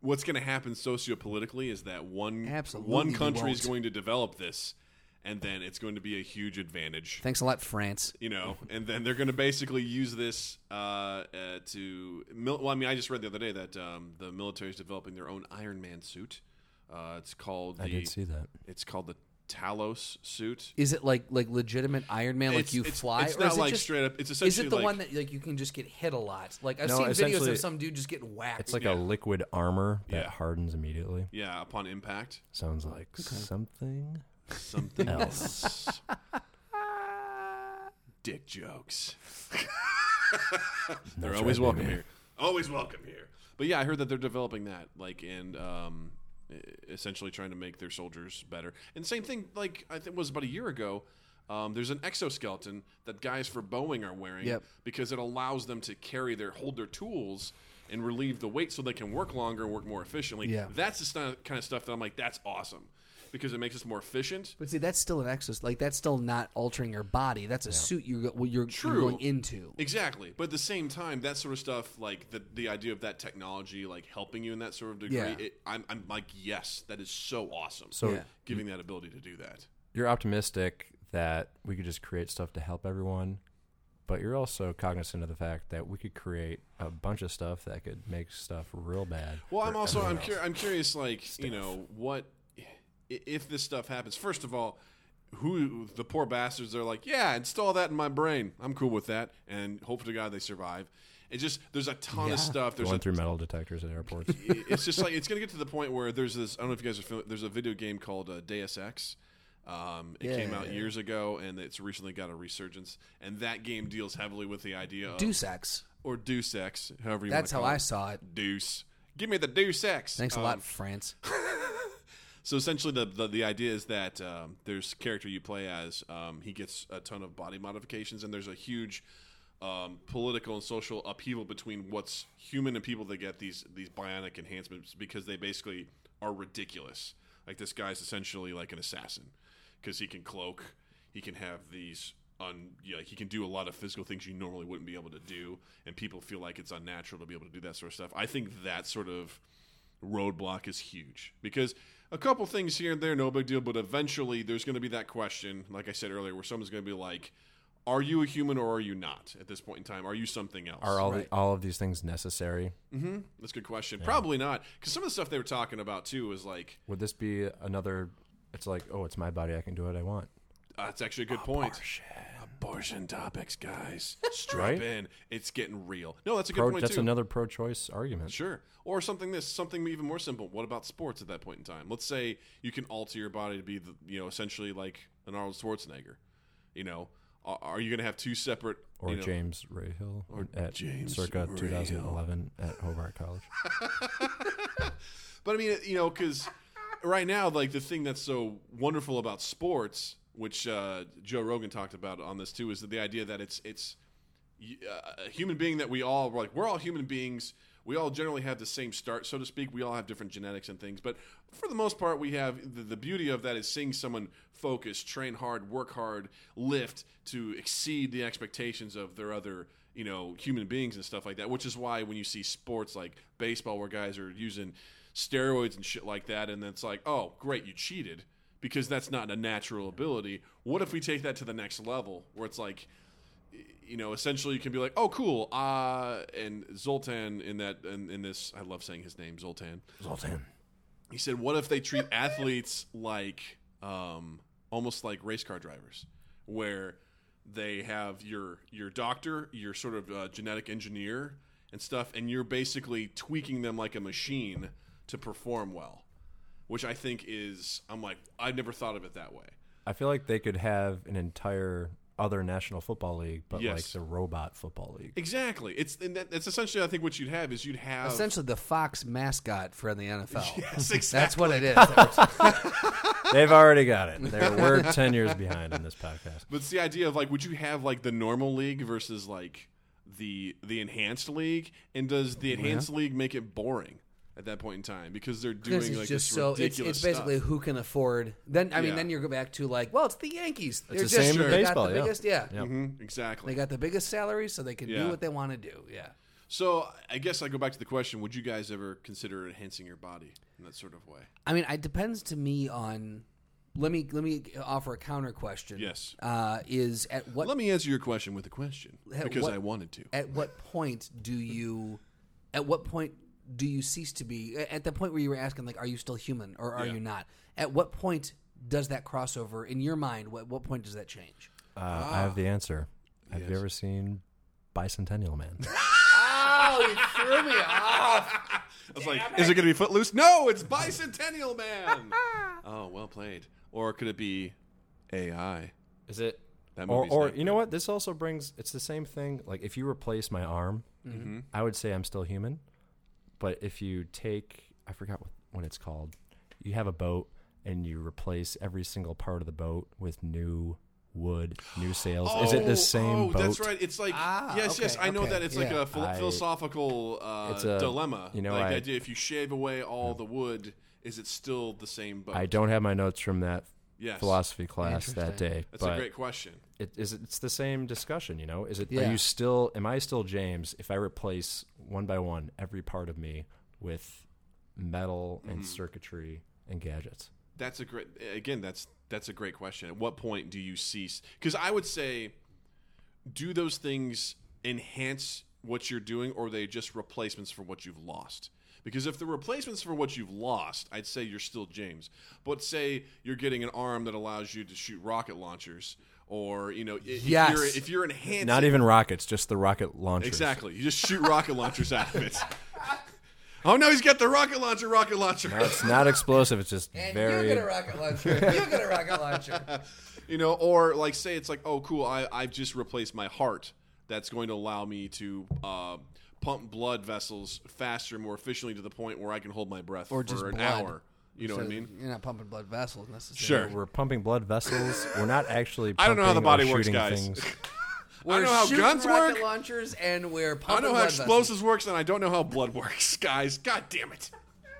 C: what's going to happen sociopolitically is that one
B: Absolutely
C: one
B: we
C: country is
B: won't.
C: going to develop this, and then it's going to be a huge advantage.
B: Thanks a lot, France.
C: you know, and then they're going to basically use this uh, uh, to. Mil- well, I mean, I just read the other day that um, the military is developing their own Iron Man suit. Uh, it's called the.
A: I did see that.
C: It's called the Talos suit.
B: Is it like like legitimate Iron Man, like
C: It's-
B: you
C: it's-
B: fly?
C: it's
B: or
C: not
B: is it
C: like
B: just,
C: straight up- it's
B: is
C: essentially
B: it the
C: like-
B: one that like you can just get hit a lot? Like I've
A: No,
B: seen videos
A: essentially-
B: of some dude just getting whacked.
A: It's like a liquid armor that
C: Yeah.
A: hardens immediately.
C: Yeah, upon impact.
A: Sounds like something.
C: Something
A: Else.
C: else.
A: (laughs)
C: Dick jokes. they're
A: That's
C: always
A: right,
C: welcome
A: baby.
C: here. Always welcome here. But yeah, I heard that they're developing that, like, and um, e- essentially trying to make their soldiers better. And same thing, like I think was about a year ago. Um, there's an exoskeleton that guys for Boeing are wearing
B: Yep.
C: because it allows them to carry their hold their tools and relieve the weight so they can work longer and work more efficiently.
B: Yeah.
C: That's the sti- kind of stuff that I'm like, that's awesome because it makes us more efficient.
B: But see, that's still an exos. Like that's still not altering your body. That's a suit you go- well, you're, you're
C: True.
B: going into.
C: Exactly, but at the same time, that sort of stuff, like the the idea of that technology, like helping you in that sort of degree,
B: Yeah.
C: it, I'm, I'm like, yes, that is so awesome.
A: So
B: Yeah.
C: giving that ability to do that,
A: you're optimistic that we could just create stuff to help everyone, but you're also cognizant of the fact that we could create a bunch of stuff that could make stuff real bad.
C: Well,
A: for
C: I'm also I'm
A: everyone else.
C: cur- I'm curious, like you know what i- if this stuff happens, first of all, who the poor bastards are like, yeah, install that in my brain. I'm cool with that, and hope to God they survive. It's just there's a ton of stuff. There's
A: Going
C: a
A: through metal detectors at airports.
C: it- it's just like it's gonna get to the point where there's this. I don't know if you guys are familiar. There's a video game called uh, Deus Ex. Um, it came out years ago, and it's recently got a resurgence. And that game deals heavily with the idea of
B: Do sex.
C: or Deuce Ex, however you.
B: That's
C: wanna
B: how
C: call
B: I
C: it.
B: saw it.
C: Deuce. Give me the Deuce Ex.
B: Thanks a
C: Um, (laughs)
B: lot, France.
C: So essentially, the the, the idea is that um, there's a character you play as. Um, he gets a ton of body modifications, and there's a huge um, political and social upheaval between what's human and people that get these these bionic enhancements because they basically are ridiculous. Like this guy's essentially like an assassin because he can cloak, he can have these. Un, yeah, he can do a lot of physical things you normally wouldn't be able to do, and people feel like it's unnatural to be able to do that sort of stuff. I think that sort of roadblock is huge because a couple things here and there, no big deal, but eventually there's going to be that question, like I said earlier, where someone's going to be like, "Are you a human or are you not?" At this point in time, are you something else?
A: Are all the, all of these things necessary?
C: That's a good question. Probably not, because some of the stuff they were talking about too was like,
A: Would this be another? It's like, oh, it's my body. I can do what I want.
C: uh, "That's actually a good point." Abortion
A: (laughs)
C: topics, guys. Strap
A: Right?
C: in. It's getting real. No, that's a good
A: Pro,
C: point
A: that's
C: too.
A: another pro-choice argument.
C: Sure. Or something this something even more simple. What about sports at that point in time? Let's say you can alter your body to be the, you know essentially like an Arnold Schwarzenegger. You know, are, are you going to have two separate
A: Or
C: you know,
A: James Rahill at
C: James
A: circa
C: Rahill.
A: 2011 at Hobart
C: (laughs)
A: College.
C: But I mean, you know, because right now, like the thing that's so wonderful about sports, which uh, Joe Rogan talked about on this too, is that the idea that it's it's y- uh, a human being that we all like. We're all human beings. We all generally have the same start, so to speak. We all have different genetics and things, but for the most part, we have the, the beauty of that is seeing someone focus, train hard, work hard, lift to exceed the expectations of their other you know human beings and stuff like that which is why when you see sports like baseball where guys are using steroids and shit like that and then it's like oh great you cheated because that's not a natural ability what if we take that to the next level where it's like you know, essentially you can be like, oh, cool. Uh, and Zoltan in that, in, in this, I love saying his name, Zoltan.
A: Zoltan.
C: He said, what if they treat athletes like, um, almost like race car drivers, where they have your, your doctor, your sort of uh, genetic engineer and stuff, and you're basically tweaking them like a machine to perform well, which I think is, I'm like, I've never thought of it that way.
A: I feel like they could have an entire other National Football League, but like
C: Yes.
A: the robot football league. (laughs)
C: Exactly. It's and that, that's essentially I think what you'd have is you'd have
B: Essentially, the Fox mascot for the NFL.
C: Yes,
B: That's
C: (laughs)
B: what it is.
A: They've already got it. They were 10 years behind on this podcast.
C: But it's the idea of like, would you have like the normal league versus like the the enhanced league, and does the enhanced league make it boring at that point in time because they're
B: This
C: doing
B: is
C: like
B: just
C: this
B: so. It's,
C: ridiculous
B: it's basically
C: stuff?
B: who can afford. Then I mean,
C: Yeah.
B: then you go back to like, well, it's the Yankees. They're
A: the
B: just,
A: same with
B: they
A: baseball,
B: Got the
A: yeah.
B: biggest, yeah.
A: Yeah.
C: Mhm,
B: They
C: exactly.
B: got the biggest salaries, so they can
C: Yeah.
B: do what they want to do. Yeah.
C: So I guess I go back to the question: Would you guys ever consider enhancing your body in that sort of way?
B: I mean, it depends to me on. Let me let me offer a counter question.
C: Yes.
B: Uh, is at what
C: Let me answer your question with a question
B: At
C: because
B: what-
C: I wanted to.
B: at what point do you at what point do you cease to be at the point where you were asking like are you still human or are
C: Yeah.
B: you not at what point does that crossover in your mind what what point does that change
A: Uh, I
C: Ah.
A: have the answer. Have you ever seen Bicentennial Man?
B: oh you threw me off
C: I was like, is it going to be Footloose? No, it's Bicentennial Man. oh, well played. Or could it be AI?
A: Is it?
C: That
A: Or,
C: movie's
A: or
C: not
A: you know what? This also brings. It's the same thing. Like if you replace my arm,
C: Mm-hmm.
A: I would say I'm still human. But if you take, I forgot what, what it's called. You have a boat and you replace every single part of the boat with new wood, new sails. Is it
C: Oh,
A: the same
C: oh,
A: boat?
C: that's right. It's like
B: Ah,
C: yes, yes.
B: okay,
C: I know
B: okay,
C: that it's like
B: yeah.
C: a phil-
A: I-
C: philosophical uh,
A: It's a-
C: dilemma.
A: you know,
C: like the
A: I-
C: idea if you shave away all the wood, is it still the same boat?
A: I don't have my notes from that
C: Yes.
A: philosophy class that day,
C: That's
A: but
C: a great question.
A: it is it's the same discussion, you know? Is it
B: Yeah.
A: are you still am I still James if I replace one by one every part of me with metal
C: Mm-hmm.
A: and circuitry and gadgets?
C: That's a great. Again, that's that's a great question. At what point do you cease? Because I would say, do those things enhance what you're doing, or are they just replacements for what you've lost? Because if the replacements for what you've lost, I'd say you're still James. But say you're getting an arm that allows you to shoot rocket launchers, or you know, i- if
B: Yes.
C: you're if you're enhancing,
A: Not even rockets, just the rocket launcher.
C: exactly, you just shoot rocket launchers out of it. (laughs) Oh no, he's got the rocket launcher, rocket launcher.
A: It's not explosive. It's just
B: (laughs) And
A: very.
B: you get a rocket launcher.
C: (laughs)
B: You get a rocket launcher.
C: you know or like say it's like oh cool I, i've just replaced my heart that's going to allow me to uh, pump blood vessels faster more efficiently to the point where i can hold my breath
B: Or
C: for
B: just
C: an
B: blood.
C: hour you know what i
B: So
C: mean
B: You're not pumping blood vessels necessarily.
C: sure
A: We're pumping blood vessels. We're not actually.
C: (laughs) I don't know how the
A: pumping
C: body
A: or
C: works,
A: shooting
C: guys.
A: Things.
C: (laughs) i don't know how
B: shooting
C: guns
B: rocket
C: work
B: launchers and we're
C: i
B: pumping
C: know how
B: blood
C: explosives
B: vessels.
C: works and i don't know how blood (laughs) works guys god damn it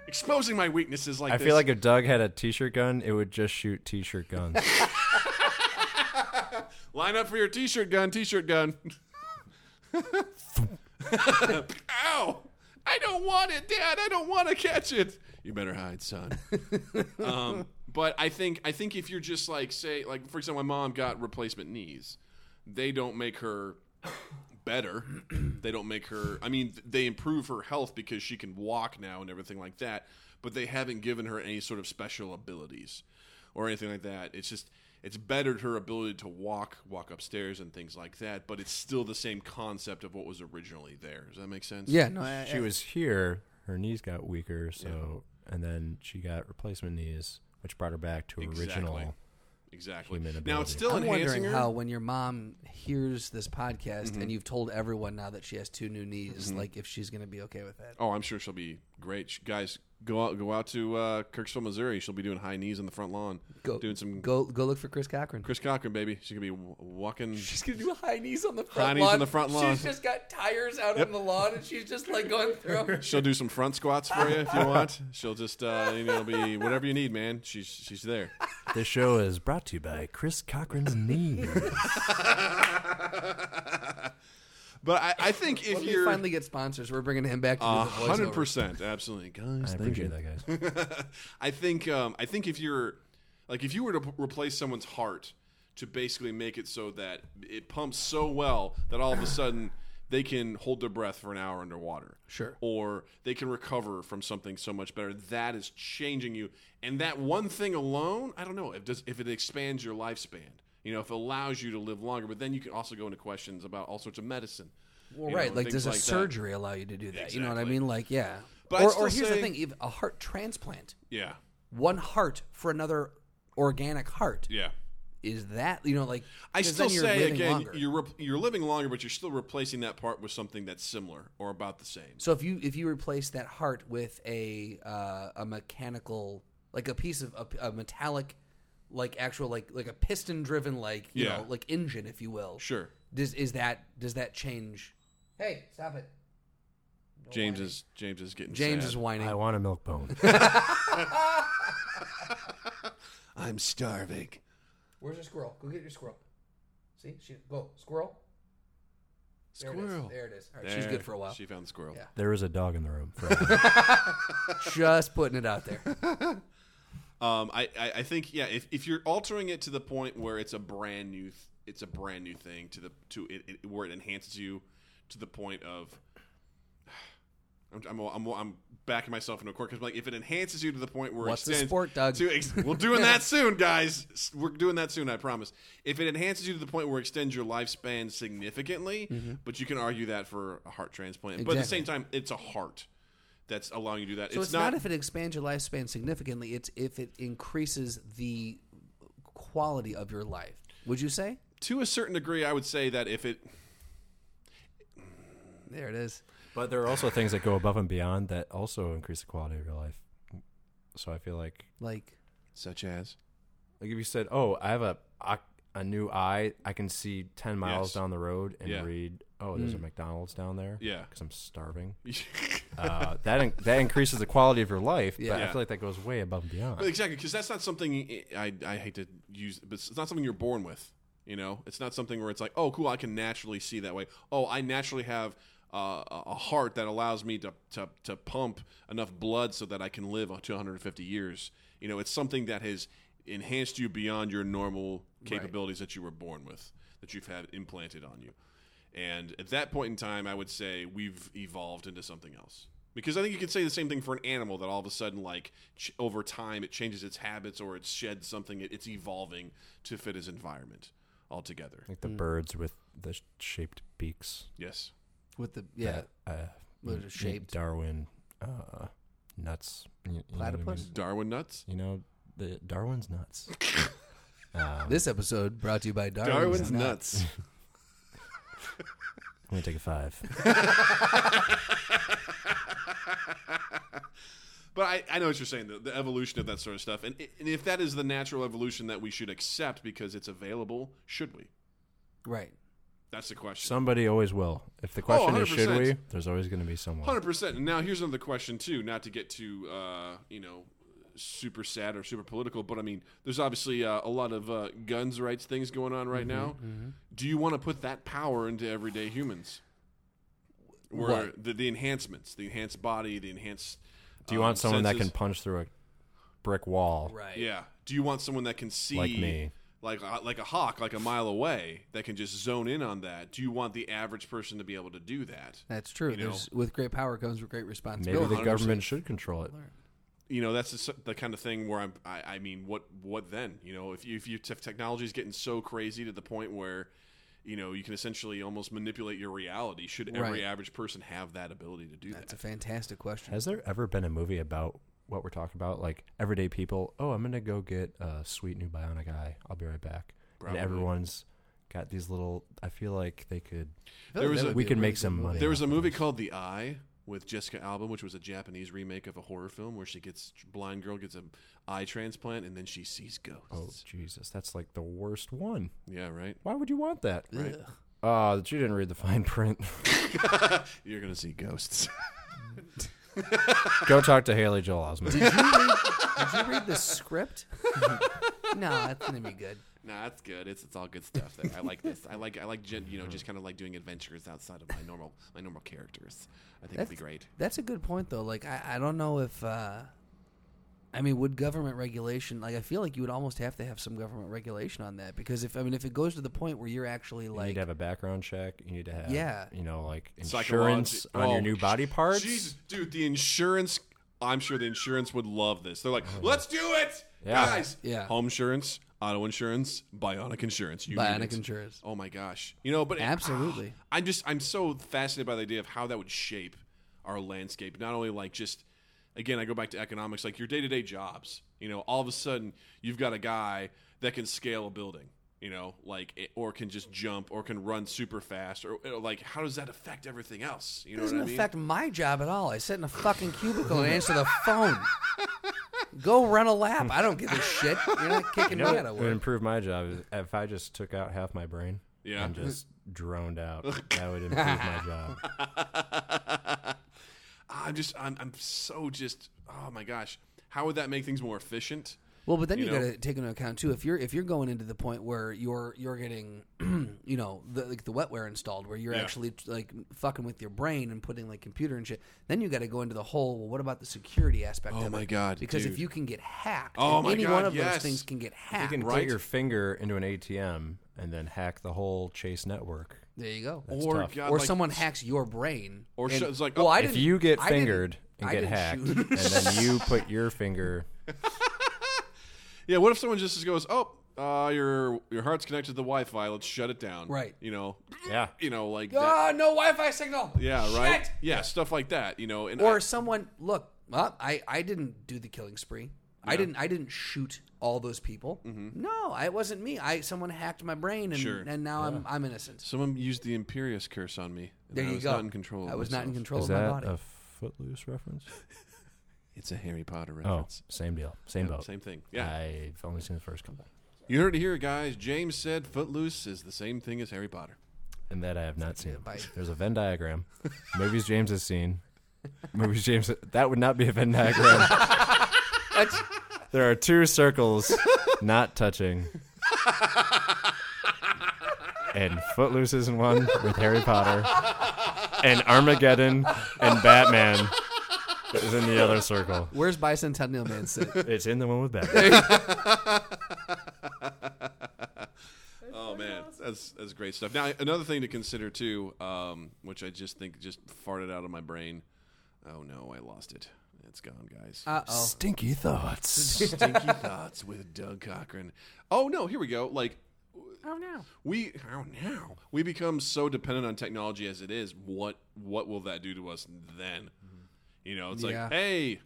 C: exposing my weaknesses like
A: I
C: this
A: feel like if Doug had a t-shirt gun, it would just shoot t-shirt
C: (laughs)
A: guns.
C: line up for your t-shirt gun t-shirt
B: (laughs)
C: gun (laughs) ow i don't want it dad i don't want to catch it you better hide son um, but i think i think if you're just like say like for example my mom got replacement knees they don't make her better (clears throat) they don't make her i mean they improve her health because she can walk now and everything like that but they haven't given her any sort of special abilities or anything like that it's just it's bettered her ability to walk walk upstairs and things like that but it's still the same concept of what was originally there does that make sense
B: Yeah, no, I,
A: she was here. Her knees got weaker, so and then she got replacement knees, which brought her back to her original.
C: exactly
A: Human
C: now
A: ability.
C: it's still
B: I'm
C: enhancing
B: wondering
C: her
B: how when your mom hears this podcast
C: Mm-hmm.
B: and you've told everyone now that she has two new knees, like if she's going to be okay with that.
C: Oh, I'm sure she'll be great. Sh guys, go out, go out to uh, Kirksville, Missouri. She'll be doing high knees on the front lawn,
B: Go
C: doing some
B: go go look for Chris Cochran.
C: Chris Cochran, baby. She's gonna be w- walking.
B: She's gonna do high knees on the front
C: High knees on the front lawn.
B: She's just got tires out on the lawn and she's just like going through.
C: (laughs)
B: 'em.
C: She'll do some front squats for you
B: (laughs)
C: if you want. She'll just uh, you know be whatever you need, man. She's she's there.
A: This show is brought to you by Chris
C: (laughs)
A: Cochran's knees.
C: But I, I think if
B: When we
C: you're
B: finally get sponsors, we're bringing him back to do
C: a
B: the voiceover.
C: hundred percent, absolutely, guys.
A: I
C: thank you.
A: appreciate that, guys.
C: I think um, I think if you're like if you were to p- replace someone's heart to basically make it so that it pumps so well that all of a sudden they can hold their breath for an hour underwater.
B: Sure.
C: Or they can recover from something so much better. That is changing you. And that one thing alone, I don't know, if does if it expands your lifespan. You know, if it allows you to live longer, but then you can also go into questions about all sorts of medicine.
B: Well,
C: you know,
B: right.
C: and
B: Like,
C: things
B: does a
C: like that.
B: surgery allow you to do that? You know what I
C: Exactly.
B: mean? Like, yeah.
C: But I'd
B: or,
C: still
B: or here's
C: say-
B: the thing: even a heart transplant,
C: Yeah.
B: one heart for another organic heart.
C: Yeah.
B: Is that you know like?
C: I
B: 'cause
C: still
B: then you're
C: say
B: living
C: again,
B: longer.
C: you're rep- you're living longer, but you're still replacing that part with something that's similar or about the same.
B: So if you if you replace that heart with a uh, a mechanical like a piece of a, a metallic like actual like like a piston driven like you
C: Yeah.
B: know like engine if you will.
C: Sure,
B: Does is that does that change? Hey, stop it.
C: James is James is getting
B: James
C: sad.
B: is whining.
A: I want a milk
C: (laughs)
A: bone.
C: I'm starving.
B: Where's your squirrel? Go get your squirrel. See, she go squirrel. There
C: Squirrel.
B: It is. There it is. All right, she's
C: There,
B: good for a while.
C: She found the squirrel.
B: Yeah.
A: There is a dog in the room. Fred.
B: Just putting it out there.
C: Um, I, I I think yeah, if, if you're altering it to the point where it's a brand new, th- it's a brand new thing to the to it, it where it enhances you to the point of. (sighs) I'm, I'm, I'm, I'm backing myself into a corner because like if it enhances you to the point where
B: What's
C: it
B: the
C: extends
B: sport, Doug?
C: to ex- we're
B: (laughs)
C: doing that soon, guys. S- We're doing that soon, I promise. If it enhances you to the point where it extends your lifespan significantly, but you can argue that for a heart transplant. But at the
B: Mm-hmm. Exactly.
C: same time, it's a heart that's allowing you to do that.
B: So it's, not, if it expands your lifespan significantly, it's if it increases the quality of your life. Would you say?
C: to a certain degree. I would say that if it
B: There it is.
A: but there are also things that go above and beyond that also increase the quality of your life. So I feel like,
B: Like
C: such (laughs) as
A: like if you said, "Oh, I have a a, a new eye. I can see ten miles
C: Yes.
A: down the road and
C: Yeah. Mm.
A: read." Oh, there's a McDonald's down there.
C: Yeah.
A: because I'm starving. uh, that in- that increases the quality of your life. But I
C: Yeah.
A: feel like that goes way above and
C: Well,
A: beyond.
C: exactly, because that's not something I, I hate to use, but it's not something you're born with. You know, it's not something where it's like, oh, cool, I can naturally see that way. Oh, I naturally have uh, a a heart that allows me to, to to pump enough blood so that I can live to 150 years. You know, it's something that has enhanced you beyond your normal capabilities that you were born with, that you've had implanted on you. And at that point in time, I would say we've evolved into something else. Because I think you could say the same thing for an animal that all of a sudden, like ch- over time, it changes its habits or it sheds something. It, it's evolving to fit its environment altogether.
A: Like the birds with the sh- shaped beaks.
C: Yes.
B: with the yeah
A: That, uh,
B: What
A: n-
B: are shaped?
A: Darwin uh, nuts. You- you know what I mean?
B: Platypus?
C: Darwin nuts.
A: You know, the Darwin's nuts. um,
B: This episode brought to you by Darwin's,
C: Darwin's
B: Nuts.
C: nuts.
A: I'm gonna take a five.
C: (laughs)
A: (laughs)
C: But I, I know what you're saying, the, the evolution of that sort of stuff. And, i- and if that is the natural evolution that we should accept because it's available, should we?
B: Right.
C: That's the question.
A: Somebody always will. If
B: Oh,
A: the question is, should
C: 100%.
A: we? There's always gonna be someone.
C: 100%. And now here's another question, too, not to get too, uh, you know, super sad or super political, but I mean, there's obviously uh, a lot of uh, guns rights things going on
A: Mm-hmm,
C: right now. Do you want to put that power into everyday humans? Where
B: What?
C: the, the enhancements, the enhanced body, the enhanced.
A: Do you
C: um,
A: want someone that
C: senses?
A: can punch through a brick wall?
B: Right.
C: Yeah. Do you want someone that can see
A: Like me.
C: like uh, like a hawk, like a mile away, that can just zone in on that? Do you want the average person to be able to do that?
B: That's true.
C: know.
B: There's, with great power comes with great
A: Maybe
B: responsibility.
A: the
C: 100%.
A: government should control it.
C: You know, that's the, s- the kind of thing where I'm. I, I mean, what what then? You know, if you, if you if technology is getting so crazy to the point where you know you can essentially almost manipulate your reality, should every
B: Right.
C: average person have that ability to do that?
B: That's a fantastic question.
A: Has there ever been a movie about what we're talking about? Like everyday people. Oh, I'm gonna go get a sweet new bionic eye. I'll be right back.
C: Probably.
A: And everyone's got these little. I feel like they could.
C: there was
B: That
C: a-
B: would
A: we
B: be
A: could
B: really
A: make
B: good
A: some
B: movie.
A: money.
C: There was a movie called The Eye with Jessica Alba, which was a Japanese remake of a horror film where she gets blind girl gets a eye transplant and then she sees ghosts.
A: Oh Jesus, that's like the worst one.
C: Yeah, right.
A: Why would you want that?
C: Right.
A: Uh, you didn't read the fine print. (laughs)
C: You're gonna see ghosts.
A: Go talk to Haley Joel Osment.
B: Did you read, did you read the script? (laughs) no, that's gonna be good.
C: nah, that's good. It's it's all good stuff. There. I like this. I like I like gen- you know just kind of like doing adventures outside of my normal my normal characters. I think it'd be
B: That's-
C: great.
B: That's a good point, though. Like, I, I don't know if, uh, I mean, would government regulation? Like, I feel like you would almost have to have some government regulation on that because if I mean, if it goes to the point where you're actually
A: You need
B: like,
A: to have a background check. You need to have,
B: Yeah.
A: you know, like
C: Psychology-
A: insurance on
C: Oh,
A: your new body parts.
C: Jesus, dude, the insurance. I'm sure the insurance would love this.
A: (sighs)
C: They're like, let's do it,
A: Yeah.
C: guys.
B: Yeah.
C: Home insurance, auto insurance, bionic insurance. You need
B: Bionic
C: it.
B: insurance.
C: Oh my gosh. You know,
A: (sighs)
C: but
B: Absolutely.
C: I'm just I'm so fascinated by the idea of how that would shape our landscape. Not only like just again, I go back to economics, like your day to day jobs. You know, all of a sudden you've got a guy that can scale a building. You know, like it, or can just jump or can run super fast or you know, like how does that affect everything else? You
B: it
C: know what
B: doesn't
C: I mean?
B: affect my job at all. I sit in a fucking cubicle and
A: (laughs)
B: answer the phone. Go run a lap. I don't give a shit. You're not kicking
A: You know
B: me
A: what
B: out of
A: would
B: work.
A: improve my job is if I just took out half my brain
C: Yeah.
A: and just droned
B: (laughs)
A: out. That would improve my job.
C: I'm just I'm I'm so just oh my gosh. How would that make things more efficient?
B: Well, but then
C: you
B: you,
C: know?
B: got to take into account too if you're if you're going into the point where you're you're getting (clears throat) you know the, like the wetware installed where you're
C: Yeah.
B: actually like fucking with your brain and putting like computer and shit. Then you got to go into the whole. Well, what about the security aspect?
C: Oh
B: of
C: my
B: it?
C: God,
B: Because
C: dude.
B: if you can get hacked,
C: Oh
B: and
C: my
B: any
C: God,
B: one of
C: yes.
B: those things can get
A: You
B: hacked.
A: can
C: Right?
A: put your finger into an ATM and then hack the whole Chase network.
B: there you go.
C: or
A: tough.
C: God,
B: or
C: like,
B: someone hacks your brain.
C: Or
B: and-
C: so- it's like,
B: well,
C: oh,
B: I
A: If
B: didn't-
A: you get
B: I didn't-
A: fingered and
B: I
A: get
B: didn't
A: hacked,
B: shoot. (laughs)
A: and then you put your finger,
C: Yeah, what if someone just goes, "Oh, uh, your your heart's connected to the Wi-Fi. Let's shut it down."
B: Right.
C: You know. (clears throat)
A: yeah,
C: You know, like that.
B: Ah, no Wi-Fi signal.
C: Yeah. Right.
B: Shit!
C: Yeah, stuff like that. You know, and
B: or
C: I-
B: someone look well, i i didn't do the killing spree i didn't i didn't shoot all those people no I- it wasn't me i someone hacked my brain and
C: Mm-hmm. Sure.
B: and now i'm i'm innocent
C: someone used the Imperious curse on me. And
B: there
C: I
B: you
C: was
B: go
C: Not in control.
B: i
C: of
B: was not in
C: myself.
B: control
A: is
B: of my
A: that
B: body
A: a Footloose reference?
C: It's a Harry Potter
A: Oh,
C: reference.
A: same deal, same boat.
C: Same thing. Yeah.
A: I've only seen the first couple,
C: You heard it here, guys. James said Footloose is the same thing as Harry Potter.
A: and that I have not seen.
B: bite.
A: There's a Venn diagram. Movies James has seen. Movies James. That would not be a Venn diagram.
B: That's-
A: there are two circles not touching. And Footloose is in one with Harry Potter, and Armageddon and Batman is in the other circle.
B: where's bicentennial
A: (laughs)
B: man sit
A: It's in the one with Batman.
C: Oh man, that's that's great stuff. Now another thing to consider too, um, which I just think just farted out of my brain. Oh no, I lost it. It's gone, guys.
B: Uh oh.
A: Stinky thoughts.
C: Stinky
B: (laughs)
C: thoughts with Doug Cochran. Oh no, here we go. Like
B: Oh no.
C: we oh now we become so dependent on technology as it is what what will that do to us then you know it's
B: Yeah.
C: like hey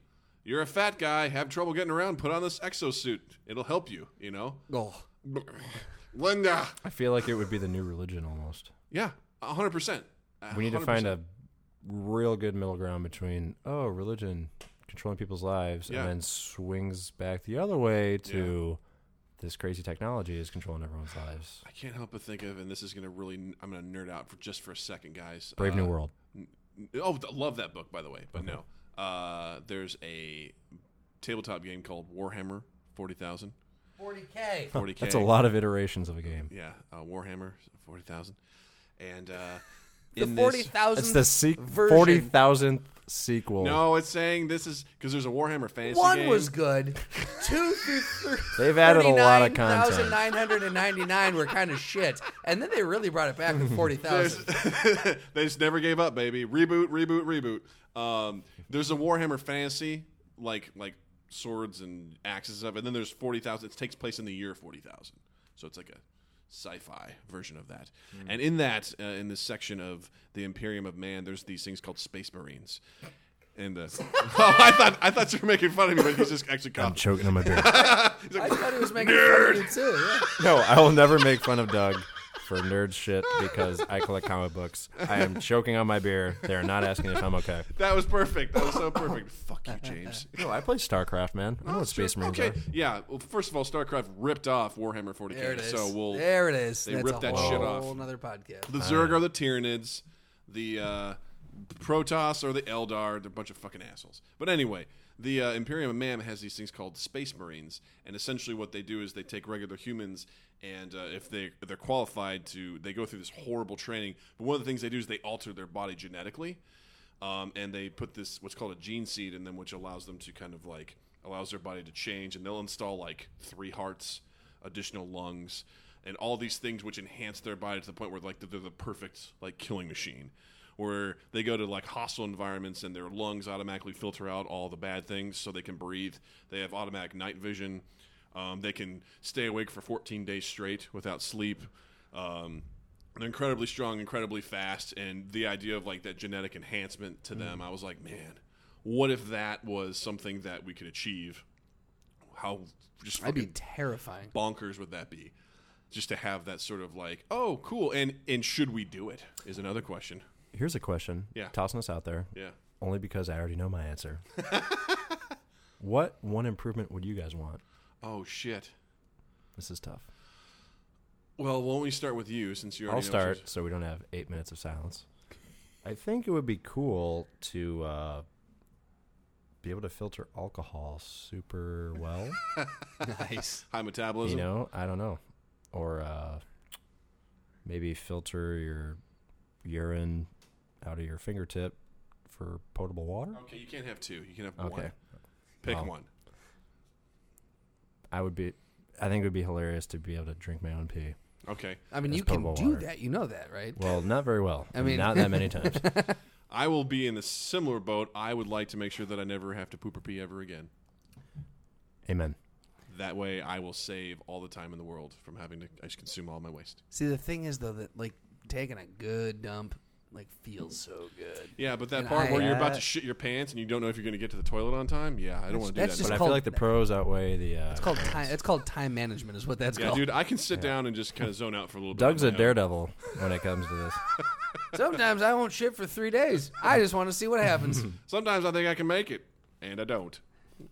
C: you're a fat guy have trouble getting around put on this exosuit it'll help you you know
B: Oh.
C: linda
A: I feel like it would be the new religion almost.
C: yeah 100% Uh,
A: We need to
C: 100%.
A: find a real good middle ground between oh, religion controlling people's lives
C: Yeah.
A: and then swings back the other way to this crazy technology is controlling everyone's lives.
C: i can't help but think of and this is gonna really i'm gonna nerd out for just for a second guys
A: Brave New
C: Uh,
A: World.
C: Oh, th- love that book, by the way. But no, uh, there's a tabletop game called Warhammer Forty Thousand.
B: 40k.
C: Forty K.
A: That's a lot of iterations of a game.
C: Yeah, uh, Warhammer Forty Thousand, and uh,
B: The
C: in this-
B: forty thousand.
A: It's the se-
B: version.
A: forty thousandth sequel.
C: No, it's saying this is because there's a Warhammer fantasy
B: One
C: game. (laughs)
B: was good. Two through three.
A: They've added a lot of content.
B: 39,999 were kind of shit. And then they really brought it back to 40,000.
C: (laughs) they just never gave up, baby. Reboot, reboot, reboot. Um, there's a Warhammer fantasy, like like swords and axes and stuff, and then there's forty thousand. It takes place in the year forty thousand, so it's like a sci-fi version of that. And in that, uh, in this section of the Imperium of Man, there's these things called Space Marines. And uh, oh, I thought I thought you were making fun of me, but he's just actually
A: I'm
C: cop.
A: choking on my
C: (laughs)
A: beer.
B: I thought he was making fun of you too. Yeah.
A: no, I will never make fun of Doug for nerd shit because I collect comic books. I am choking on my beer. They are not asking if I'm
C: (laughs)
A: okay.
C: That was perfect. That was so perfect. Fuck you, James.
A: No, I play StarCraft, man. I know what Space Marines
C: Oh, okay.
A: are.
C: Yeah. Well, first of all, StarCraft ripped off Warhammer 40k.
B: There it is.
C: So we'll
B: there it is.
C: they
B: That's
C: ripped
B: a
C: that
B: whole
C: shit off.
B: Another podcast.
C: The Zerg are the Tyranids. The uh, Protoss are the Eldar. They're a bunch of fucking assholes. But anyway, the uh, Imperium of Man has these things called Space Marines, and essentially what they do is they take regular humans, and uh, if they they're qualified to, they go through this horrible training. But one of the things they do is they alter their body genetically, um, and they put this what's called a gene seed in them, which allows them to kind of like allows their body to change, and they'll install like three hearts, additional lungs, and all these things which enhance their body to the point where like they're the perfect like killing machine. Where they go to like hostile environments and their lungs automatically filter out all the bad things so they can breathe. They have automatic night vision. Um, they can stay awake for 14 days straight without sleep. Um, they're incredibly strong, incredibly fast, and the idea of like that genetic enhancement to
A: Mm.
C: them, I was like, man, what if that was something that we could achieve? How just
B: That'd be
C: fucking
B: terrifying.
C: bonkers would that be? Just to have that sort of like, oh, cool, and and should we do it? Is another question.
A: Here's a question.
C: Yeah.
A: Tossing us out there.
C: Yeah.
A: Only because I already know my
C: (laughs)
A: answer. what one improvement would you guys want?
C: Oh shit.
A: This is tough.
C: Well, why don't we start with you since you already
A: I'll
C: know
A: start so we don't have eight minutes of silence. I think it would be cool to uh, be able to filter alcohol super well.
B: Nice.
C: high metabolism.
A: you know, I don't know, or uh, maybe filter your urine out of your fingertip for potable water.
C: Okay, you can't have two. You can have
A: Okay,
C: one. Pick
A: Well,
C: one.
A: I would be. I think it would be hilarious to be able to drink my own pee.
C: Okay.
B: I mean,
A: That's
B: you can
A: potable
B: do
A: water.
B: that. You know that, right?
A: Well, not very well.
B: I mean-
A: not that
B: (laughs)
A: many times.
C: I will be in a similar boat. I would like to make sure that I never have to poop or pee ever again.
A: Amen.
C: That way, I will save all the time in the world from having to I just consume all my waste.
B: See, the thing is, though, that like taking a good dump like feels so good.
C: Yeah, but that
B: And
C: part
B: I-
C: where you're about to
B: uh,
C: shit your pants and you don't know if you're going to get to the toilet on time. Yeah, I don't want to do
B: that's
C: that.
A: But
B: It's
A: I
B: called-
A: feel like the pros outweigh the. Uh,
C: (laughs)
B: It's called time. It's called time management, is what that's
C: yeah,
B: called.
C: dude, I can sit down and just kind of zone out for a little bit.
A: Doug's
C: on
A: a
C: my own.
A: daredevil when it comes to
B: (laughs)
A: this.
B: Sometimes I won't shit for three days. I just want to see what
C: (laughs)
B: happens.
C: Sometimes I think I can make it, and I don't.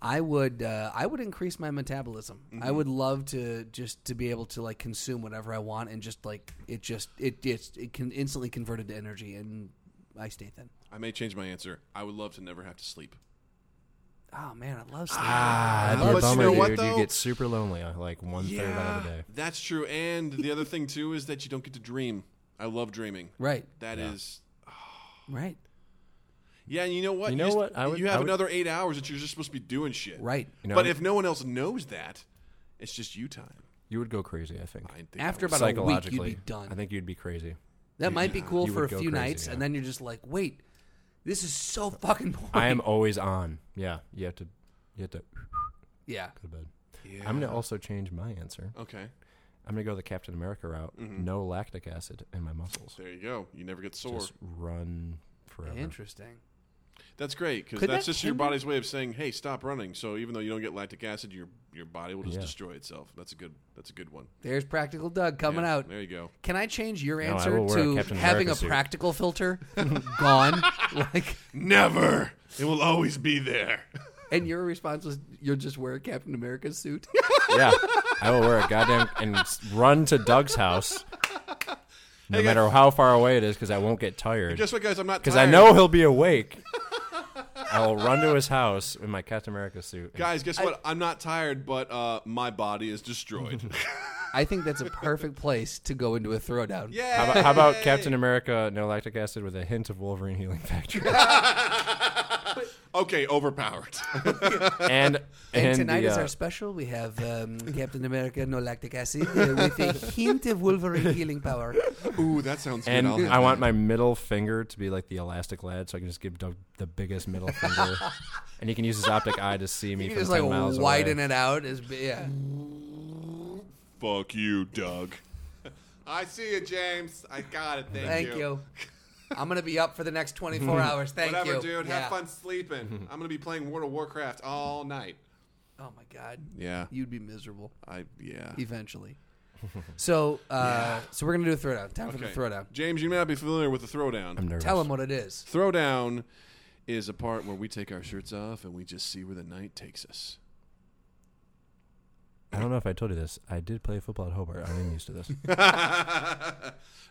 B: I would uh, I would increase my metabolism. I
C: Mm-hmm.
B: would love to just to be able to like consume whatever I want and just like it just it it's, it can instantly convert it to energy and I stay thin.
C: I may change my answer. I would love to never have to sleep.
B: Oh man, I love sleep.
A: Ah,
C: but you know what,
A: dude.
C: though?
A: You get super lonely on like one third out of the day.
C: that's true. And the other thing too is that you don't get to dream. I love dreaming.
B: right,
C: That is,
B: right,
C: yeah. And you know what?
A: You know
C: just-
A: what? I would-
C: you have
A: I would-
C: another eight hours that you're just supposed to be doing shit.
B: right.
A: You know,
C: but if no one else knows that, it's just you time.
A: you would go crazy, I think.
C: I think
B: After
C: that
B: about a week,
A: Psychologically,
B: you'd be done.
A: I think you'd be crazy.
B: that might be cool
A: you
B: for a
A: would go
B: few
A: crazy,
B: nights,
A: yeah.
B: and then you're just like, wait, This is so (laughs) fucking boring.
A: I am always on. Yeah, you have to. You have to go
B: Yeah.
A: to bed. I'm gonna also change my answer.
C: Okay.
A: I'm gonna go the Captain America route.
B: Mm-hmm.
A: No lactic acid in my muscles.
C: There you go. You never get sore.
A: Just run forever.
B: Interesting.
C: that's great because
B: Could
C: that's
B: that
C: just your
B: hinder-
C: body's way of saying, "Hey, stop running." So even though you don't get lactic acid, your your body will just
A: Yeah.
C: destroy itself. That's a good. That's a good one.
B: There's practical Doug coming
C: Yeah,
B: out.
C: There you go.
B: Can I change your
A: I
B: answer
A: will wear a
B: to
A: Captain
B: having
A: America
B: a
A: suit.
B: practical
A: (laughs)
B: filter (laughs) gone? Like,
C: Never. It will always be there. (laughs)
B: and your response was you'll just wear a Captain America
A: (laughs)
B: suit.
A: Yeah, I will wear a goddamn and s- run to Doug's house, no
C: Hey,
A: matter how far away it is, because I won't get tired.
C: Guess what, guys? I'm not
A: Because I
C: tired.
A: know he'll be awake. I will run to his house in my Captain America suit. and-
C: Guys, guess what? I'm not tired, but uh, my body
A: (laughs)
C: is destroyed.
B: I think that's a perfect place to go into a throwdown.
C: yeah.
A: How about, how about Captain America no lactic acid with a hint of Wolverine healing factor?
C: Okay, overpowered.
A: (laughs)
C: (laughs)
A: and
B: And,
A: and
B: tonight
A: the,
B: is
A: uh,
B: our special. We have um, Captain America No Lactic Acid uh, with a hint of Wolverine healing power.
C: Ooh, that sounds
A: and
C: good. I'll have
A: I want
C: that.
A: my middle finger to be like the elastic lad, so I can just give Doug the biggest (laughs) middle finger, and he can use his optic eye to see me
B: You
A: from
B: just
A: ten
B: like
A: miles
B: widen
A: away.
B: it out. As, bi- yeah.
C: Fuck you, Doug. (laughs) I see you, James. I got it. Thank,
B: Thank you. I'm going to be up for the next 24 hours. Thank
C: Whatever,
B: you.
C: dude.
B: Yeah.
C: Have fun
B: (laughs)
C: sleeping. I'm gonna be playing World of Warcraft all night.
B: Oh, my God.
C: Yeah.
B: You'd be miserable.
C: I yeah.
B: eventually. so, uh, so we're gonna do a throwdown. Time for the throwdown.
C: James, you may not be familiar with the throwdown.
A: I'm nervous.
B: Tell them what it is.
C: Throwdown is a part where we take our shirts off and we just see where the night takes us. (laughs)
A: I don't know if I told you this. I did play football at Hobart. I am used to (laughs) this.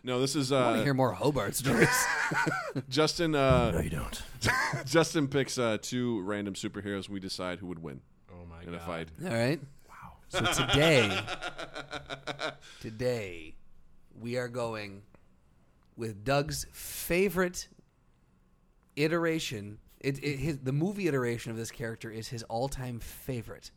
C: No, this is
B: I want to
C: uh,
B: hear more Hobart stories.
C: Justin.
B: (laughs)
C: Uh,
A: you don't.
C: Justin picks uh, two random superheroes. We decide who would win
A: Oh my
C: in
A: god!
C: a fight.
B: All right. Wow. So
C: (laughs)
B: today, today, we are going with Doug's favorite iteration. It, it, his, the movie iteration of this character is his all-time favorite.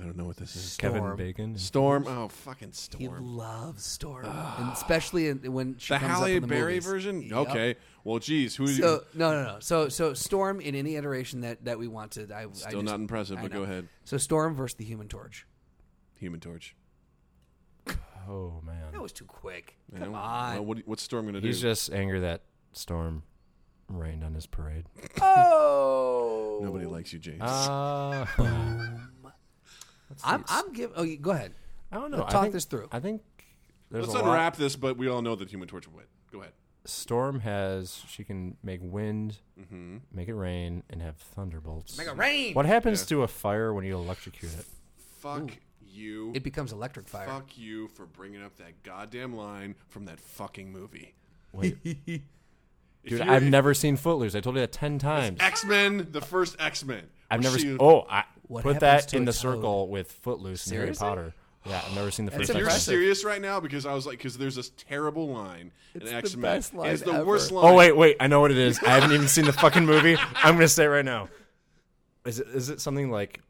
C: I don't know what this is.
A: Kevin
B: Storm.
A: Bacon.
C: Storm. Oh, fucking
B: He
C: Storm. Ah.
B: loves Storm, and especially in, when she
C: The
B: comes up
C: Halle
B: in the
C: Berry
B: movies.
C: version.
B: Yep.
C: Okay. Well, geez, who?
B: So no, no, no. So so Storm in any iteration that that we want to. I, I
C: Still
B: just-
C: not impressive,
B: I
C: but
B: know.
C: go ahead.
B: So Storm versus the Human Torch.
C: Human Torch.
A: Oh man.
B: That was too quick.
C: You
B: Come
C: know?
B: on.
C: Well, what- what's Storm gonna do?
A: He's just angry that Storm rained on his parade.
B: Oh.
C: Nobody likes you, James.
A: Uh,
B: I'm I'm giving. Oh, you- go ahead.
A: I don't know.
B: Let's
A: I
B: talk
A: think-
B: this through.
A: I think there's
C: Let's
A: a lot.
C: unwrap this, but we all know that Human Torch will win. Go ahead.
A: Storm has she can make wind, make it rain, and have thunderbolts.
B: Make it rain.
A: What happens to a fire when you electrocute it?
C: Fuck you.
B: It becomes electric fire.
C: Fuck you for bringing up that goddamn line from that fucking movie. If
A: Dude,
C: you're-
A: I've never seen Footloose. I told you that ten times.
C: X Men, the first X Men.
A: I've never.
C: seen.
A: Seen, oh, I
B: What
A: put
B: happens
A: that
B: to
A: in
B: a
A: the
B: toad?
A: circle with Footloose and Harry
B: Seriously?
A: Potter. Yeah, I've never seen the first.
B: That's
C: You're
A: episode.
B: impressive.
C: serious right now because I was like, because there's this terrible line in
B: It's the
C: X Men.
B: best line
C: It's the
B: ever.
C: worst line.
A: Oh wait, wait! I know what it is. I haven't even seen the fucking movie. I'm gonna say it right now. Is it is it something like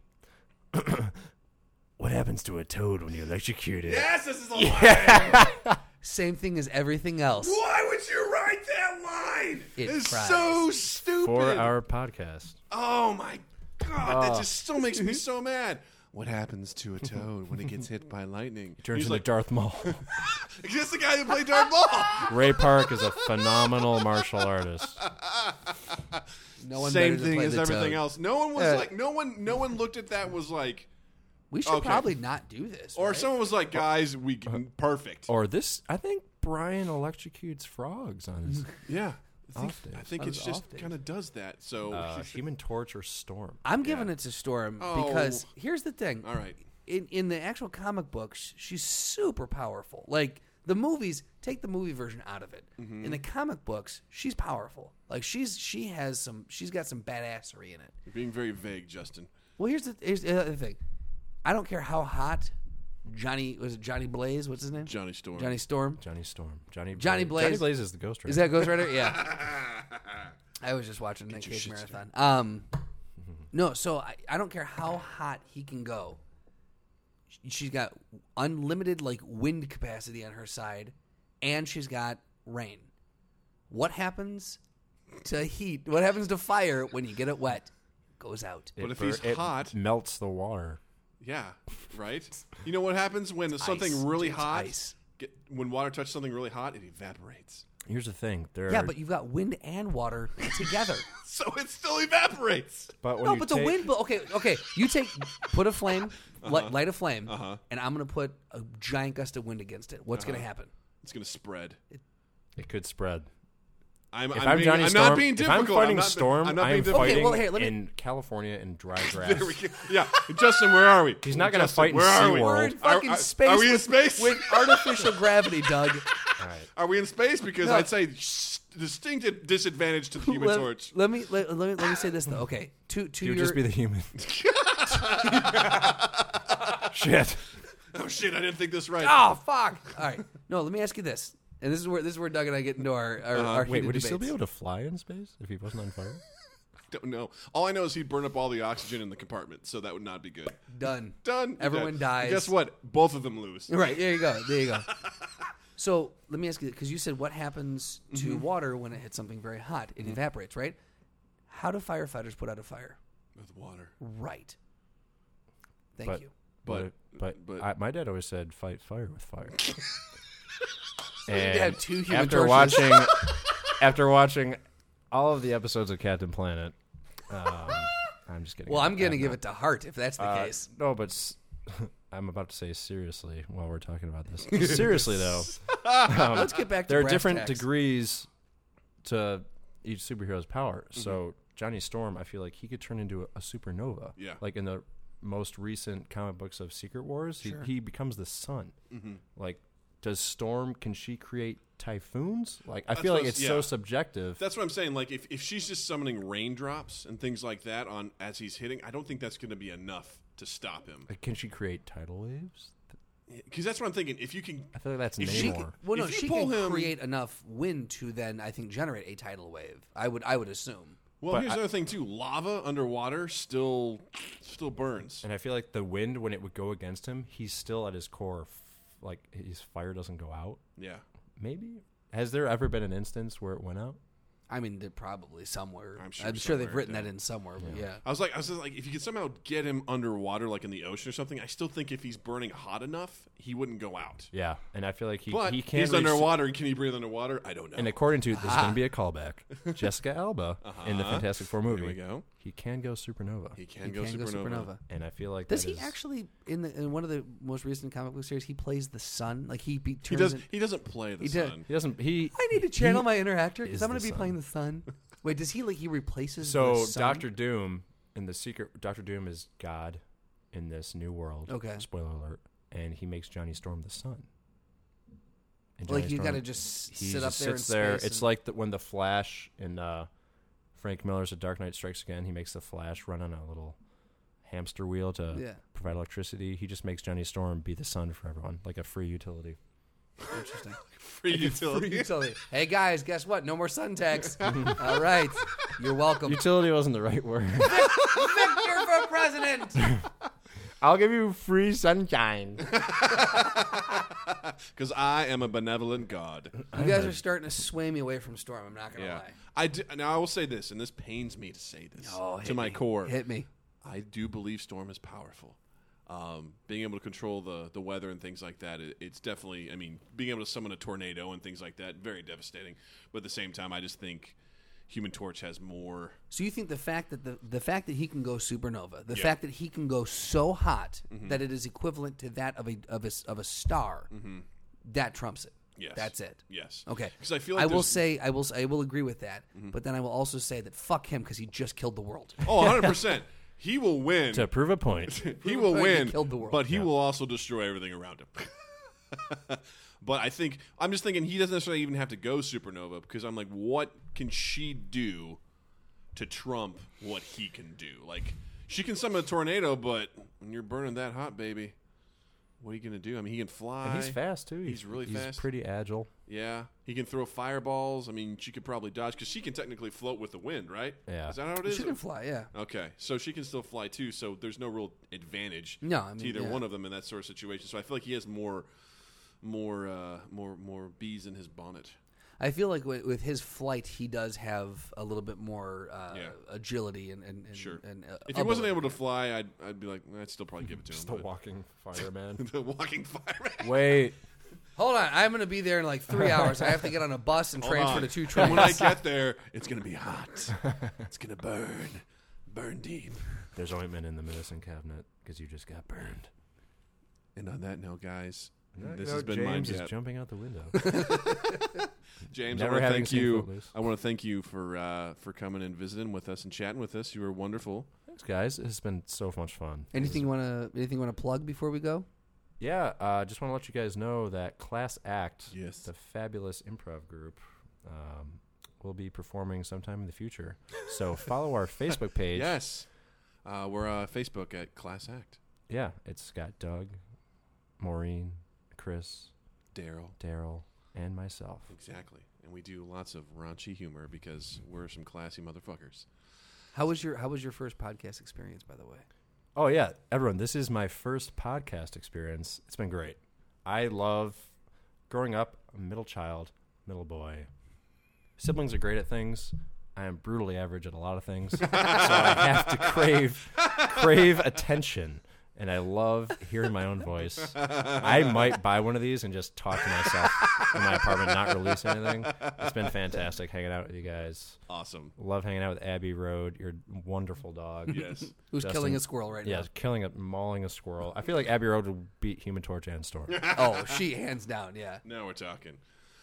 A: (clears throat) what happens to a toad when you electrocute it?
C: Yes, this
A: (laughs)
C: is a lie.
B: (laughs) Same thing as everything else.
C: Why would you write that line?
B: It
C: it's
B: cries.
C: so stupid.
A: For our podcast,
C: Oh my god, that just still makes me so mad. What happens to a toad when it gets hit by lightning?
A: turns
C: He's
A: into
C: like,
A: Darth
B: (laughs)
A: Maul.
C: "Is this the guy that played Darth Maul?"
A: Ray Park is a phenomenal martial artist.
B: No one.
C: Same
B: better to
C: thing
B: play
C: as
B: the
C: everything
B: toad.
C: else. No one was
B: Yeah.
C: like, no one, no one looked at that and was like,
B: We should
C: Okay.
B: probably not do this.
C: or
B: right?
C: someone was like, guys, we perfect.
A: Or this, I think Brian electrocutes frogs on
B: (laughs)
A: his
C: yeah, I think,
A: Off days.
C: I think
B: On
C: it's
B: his
C: just
B: off days.
C: kind of does that. So, (laughs)
A: uh, human torch or storm.
B: I'm giving it to Storm
C: Oh.
B: because here's the thing.
C: All right.
B: In in the actual comic books, she's super powerful. Like the movies, take the movie version out of it.
C: Mm-hmm.
B: In the comic books, she's powerful. Like she's she has some she's got some badassery in it.
C: you're being very vague, Justin.
B: Well, here's the here's the other thing. I don't care how hot Johnny was it Johnny Blaze, what's his name?
C: Johnny Storm.
B: Johnny Storm.
A: Johnny Storm. Johnny.
B: Johnny
A: Johnny
B: Blaze.
A: Blaze is the Ghost Rider.
B: Is that Ghost Rider?
A: (laughs)
B: Yeah. I was just watching Nick Cage marathon.
A: (laughs)
B: Um, no, so I, I don't care how hot he can go. Sh- She's got unlimited like wind capacity on her side, and she's got rain. What happens to heat? What happens to fire when you get it wet? Goes out.
C: But
A: It
C: if he's
A: bur- it
C: hot-
A: melts the water.
C: Yeah, right. You know what happens when something
B: ice,
C: really
B: dude, it's
C: hot?
B: ice.
C: Get, when water touches something really hot, it evaporates.
A: Here's the thing. There
B: Yeah,
A: are-
B: but you've got wind and water
A: (laughs)
B: together.
C: So it still evaporates.
A: but when
B: no,
A: you
B: but the
A: take-
B: wind. But okay, okay. You take put
C: (laughs)
B: a flame,
C: Uh-huh.
B: li- light a flame, and I'm gonna put a giant gust of wind against it. What's
C: Uh-huh.
B: gonna happen?
C: It's gonna spread.
A: it could spread.
C: I'm,
A: If
C: I'm,
A: I'm,
C: being,
A: Johnny
C: I'm
A: Storm,
C: not being
A: if
C: difficult.
A: I'm fighting
C: not,
A: Storm,
C: I'm not
A: I'm
C: being difficult.
A: fighting
B: well, here, let me-
A: in California in dry grass.
C: (laughs) There we go. Yeah, Justin, where are we?
A: He's not gonna
C: Justin,
A: fight in
C: where are we?
A: SeaWorld.
B: We're in fucking
C: are,
B: space.
C: Are we in
B: with-
C: space? (laughs)
B: with artificial gravity, Doug?
A: All right.
C: Are we in space? Because
B: No.
C: I'd say s- distinct disadvantage to the Human
B: let,
C: Torch.
B: let me let, let me let me say this though. Okay, to to
A: You
B: your
A: would just be the
C: (laughs)
A: human. Shit.
C: Oh shit! I didn't think this right.
B: oh fuck. All right, no. Let me ask you this, and this is where this is where Doug and I get into our
C: Uh-huh.
B: our, our
A: Wait,
B: heated
A: would he still
B: debates.
A: be able to fly in space if he wasn't on fire?
C: Don't know. All I know is he'd burn up all the oxygen in the compartment, so that would not be good.
B: done?
C: Done. You're
B: Everyone
C: dead.
B: dies.
C: Guess what? Both of them lose.
B: Right there you go. There you go. so let me ask you because you said what happens to water when it hits something very hot? It evaporates, right? How do firefighters put out a fire?
C: With water.
B: Right. Thank
A: But
B: you.
A: but but,
C: but-
A: I, my dad always said fight fire with
B: (laughs)
A: fire.
B: dad
A: and
B: had two human
A: after
B: torches. (laughs)
A: watching after watching all of the episodes of Captain Planet, um, I'm just kidding.
B: Well, I'm gonna
A: not-
B: give it to Hart if that's the
A: Uh,
B: case.
A: No, but s- (laughs) I'm about to say seriously while we're talking about
B: (laughs)
A: this. seriously, though,
B: Let's get back to
A: there are
B: brass
A: different
B: tacks.
A: degrees to each superhero's power.
C: Mm-hmm.
A: So Johnny Storm, I feel like he could turn into a, a supernova.
C: Yeah.
A: Like in the most recent comic books of Secret Wars, he, he becomes the sun.
C: Mm-hmm.
A: Like, does Storm can she create typhoons? Like, I feel like
C: what-
A: it's so
C: yeah.
A: subjective.
C: That's what I'm saying. Like if, if she's just summoning raindrops and things like that on as he's hitting, I don't think that's going to be enough to stop him.
A: Like, can she create tidal waves?
C: Because that's what I'm thinking. If you can,
A: I feel like that's
C: If
A: Namor.
C: she
B: She can, well, no,
C: If you
B: she
C: pull
B: can
C: him-
B: create enough wind to then I think generate a tidal wave. I would I would assume.
C: well,
A: But
C: here's
A: I-
C: another thing too. Lava underwater still still burns.
A: And I feel like the wind, when it would go against him, he's still at his core, f- like his fire doesn't go out.
C: Yeah.
A: Maybe has there ever been an instance where it went out?
B: I mean, they're probably somewhere. I'm
C: sure
B: sure, they've
C: somewhere,
B: written
C: yeah.
B: that in somewhere. but Yeah.
C: I was like, I was just like, if you could somehow get him underwater, like in the ocean or something, I still think if he's burning hot enough, he wouldn't go out.
A: Yeah, and I feel like he
C: But
A: he can
C: he's
A: reach-
C: underwater, and can he breathe underwater? I don't know.
A: And according to this, is
B: Ah.
A: going to be a callback.
B: (laughs)
A: Jessica Alba in
B: Uh-huh.
A: the Fantastic Four movie.
C: we go.
A: He can go supernova,
C: he can,
B: He
C: go,
B: can go
C: supernova.
B: supernova.
A: and I feel like
B: Does
A: that
B: he
A: is-
B: actually in the in one of the most recent comic book series? He plays the sun. Like he be, turns.
C: He does.
B: in-
C: He doesn't play the
B: He did.
C: sun. (laughs)
A: He doesn't. He.
B: I need to channel
A: he-
B: my inner actor
A: is
B: because I'm going
A: the
B: to be
A: sun.
B: playing the
A: (laughs)
B: sun. Wait, does he like he replaces?
A: So
B: the sun?
A: Doctor Doom in the secret Doctor Doom is God in this new world.
B: Okay.
A: Spoiler alert. And he makes Johnny Storm the sun. And
B: Like
A: Johnny
B: you got to
A: Storm-
B: just
A: he
B: sit up
A: just
B: there.
A: sits
B: in
A: there.
B: space
A: It's
B: (laughs) and-
A: like the, when the Flash in uh, Frank Miller's *The Dark Knight Strikes Again*, he makes the Flash run on a little hamster wheel to
B: Yeah.
A: provide electricity. He just makes Johnny Storm be the sun for everyone, like a free utility.
B: Interesting.
C: Free utility. (laughs)
B: Utility. Hey guys, guess what? No more
A: (laughs)
B: sun tax. All right, you're welcome.
A: utility wasn't the right (laughs) word.
B: Victor for
A: (laughs)
B: president.
A: I'll give you free sunshine.
C: Because I am a benevolent god.
B: You guys are starting to sway me away from Storm. I'm not gonna
C: Yeah.
B: lie.
C: I do, now I will say this, and this pains me to say this
B: Oh, hit
C: to my
B: me.
C: core.
B: Hit me.
C: I do believe Storm is powerful. Um, being able to control the, the weather and things like that, it, it's definitely. I mean, being able to summon a tornado and things like that, very devastating. But at the same time, I just think Human Torch has more.
B: So you think the fact that the, the fact that he can go supernova, the fact that he can go so hot
C: Mm-hmm.
B: that it is equivalent to that of a of a, s- of a star, that trumps it.
C: Mm-hmm. Yes,
B: that's it.
C: Yes.
B: Okay.
C: Because I feel like
B: I will
C: there's- Mm-hmm.
B: say I will s- I will agree with that, but then I will also say that fuck him because he just killed the world.
C: Oh, 100 percent. He will win.
A: to prove a (laughs) point,
C: he will
B: He
C: win,
B: killed the world.
C: but he will also destroy everything around him. (laughs) but I think I'm just thinking he doesn't necessarily even have to go supernova because I'm like, what can she do to trump what he can do? Like, she can summon a tornado, but when you're burning that hot, baby, what are you gonna do? I mean, he can fly.
A: and he's fast too.
C: He's really fast.
A: pretty agile.
C: Yeah, he can throw fireballs. I mean, she could probably dodge because she can technically float with the wind, right?
A: Yeah.
C: is that how it is?
B: She can fly, yeah.
C: Okay, so she can still fly too. So there's no real advantage
B: No, I
C: to
B: mean,
C: either
B: yeah.
C: one of them in that sort of situation. So I feel like he has more, more, uh, more, more bees in his bonnet.
B: I feel like with, with his flight, he does have a little bit more uh,
C: Yeah.
B: agility and, and, and
C: Sure.
B: And, uh,
C: if he wasn't
B: ability.
C: able to fly, I'd, I'd be like, "Nah, I'd still probably give it
A: (laughs)
C: to him.
A: The
C: but-
A: walking fireman.
C: (laughs) the walking
B: (laughs)
C: fireman.
A: (laughs) Wait.
B: hold on, I'm going to be there in
C: (laughs)
B: like three hours. I have to get on a bus and
C: Hold
B: transfer
C: on.
B: to two
C: And
B: trains.
C: when I get there, it's gonna
A: (laughs)
C: be hot. it's gonna burn, burn deep.
A: There's ointment in the medicine cabinet because you just got burned.
C: And on that note, guys, this
A: No,
C: has been
A: James
C: Mind
A: is
C: Gap.
A: jumping out the window.
C: James,
A: Never
C: I want to
A: having
C: thank
A: seen
C: you.
A: Footloose.
C: I want to thank you for uh, for coming and visiting with us and chatting with us. You were wonderful.
A: Thanks, guys. It's been so much fun.
B: anything you want to anything you want to plug before we go?
A: Yeah, uh, just want to let you guys know that Class Act,
C: Yes.
A: the fabulous improv group, um, will be performing sometime in the future.
B: (laughs)
A: So follow our Facebook page.
C: Yes, uh, we're uh, Facebook at Class Act.
A: Yeah, it's got Doug, Maureen, Chris,
C: Daryl,
A: Daryl, and myself.
C: exactly. And we do lots of raunchy humor because we're some classy motherfuckers.
B: How was your How was your first podcast experience? By the way,
A: Oh yeah, everyone, this is my first podcast experience. It's been great. I love growing up, a middle child, middle boy. Siblings are great at things. I am brutally average at a lot of things. so I have to crave crave attention. And I love hearing my own voice. I might buy one of these and just talk to myself in my apartment, not release anything. It's been fantastic hanging out with you guys.
C: (laughs) Awesome.
A: Love hanging out with Abby Road, your wonderful dog.
C: Yes.
B: who's
A: Justin-
B: killing a squirrel right
A: Yeah, it's killing it, mauling a squirrel. I feel like Abbey Road would beat Human Torch and Storm.
B: now? Oh, she hands down. Yeah.
C: Now we're talking.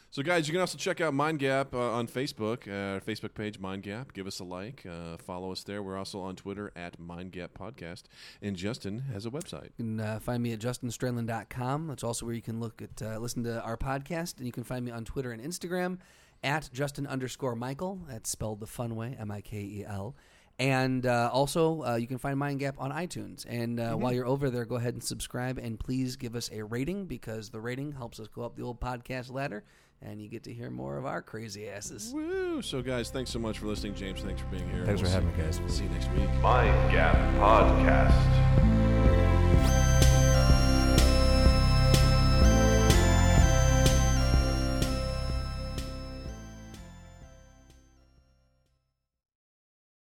C: So, guys, you can also check out Mind Gap uh, on Facebook, uh, our Facebook page, Mind Gap. Give us a like, uh, follow us there. We're also on Twitter at Mind Gap Podcast. And Justin has a website.
B: You can uh, find me at justinstrandland.com. That's also where you can look at uh, listen to our podcast, and you can find me on Twitter and Instagram at justin underscore michael. That's spelled the fun way, M I K E L. And uh, also, uh, you can find Mind Gap on iTunes. And uh, while you're over there, go ahead and subscribe, and please give us a rating because the rating helps us go up the old podcast ladder, and you get to hear more of our crazy asses.
C: Woo! So, guys, thanks so much for listening. James, thanks for being here.
A: Thanks for
C: We'll
A: having me, guys.
C: see- See you next week.
D: Mind Gap Podcast.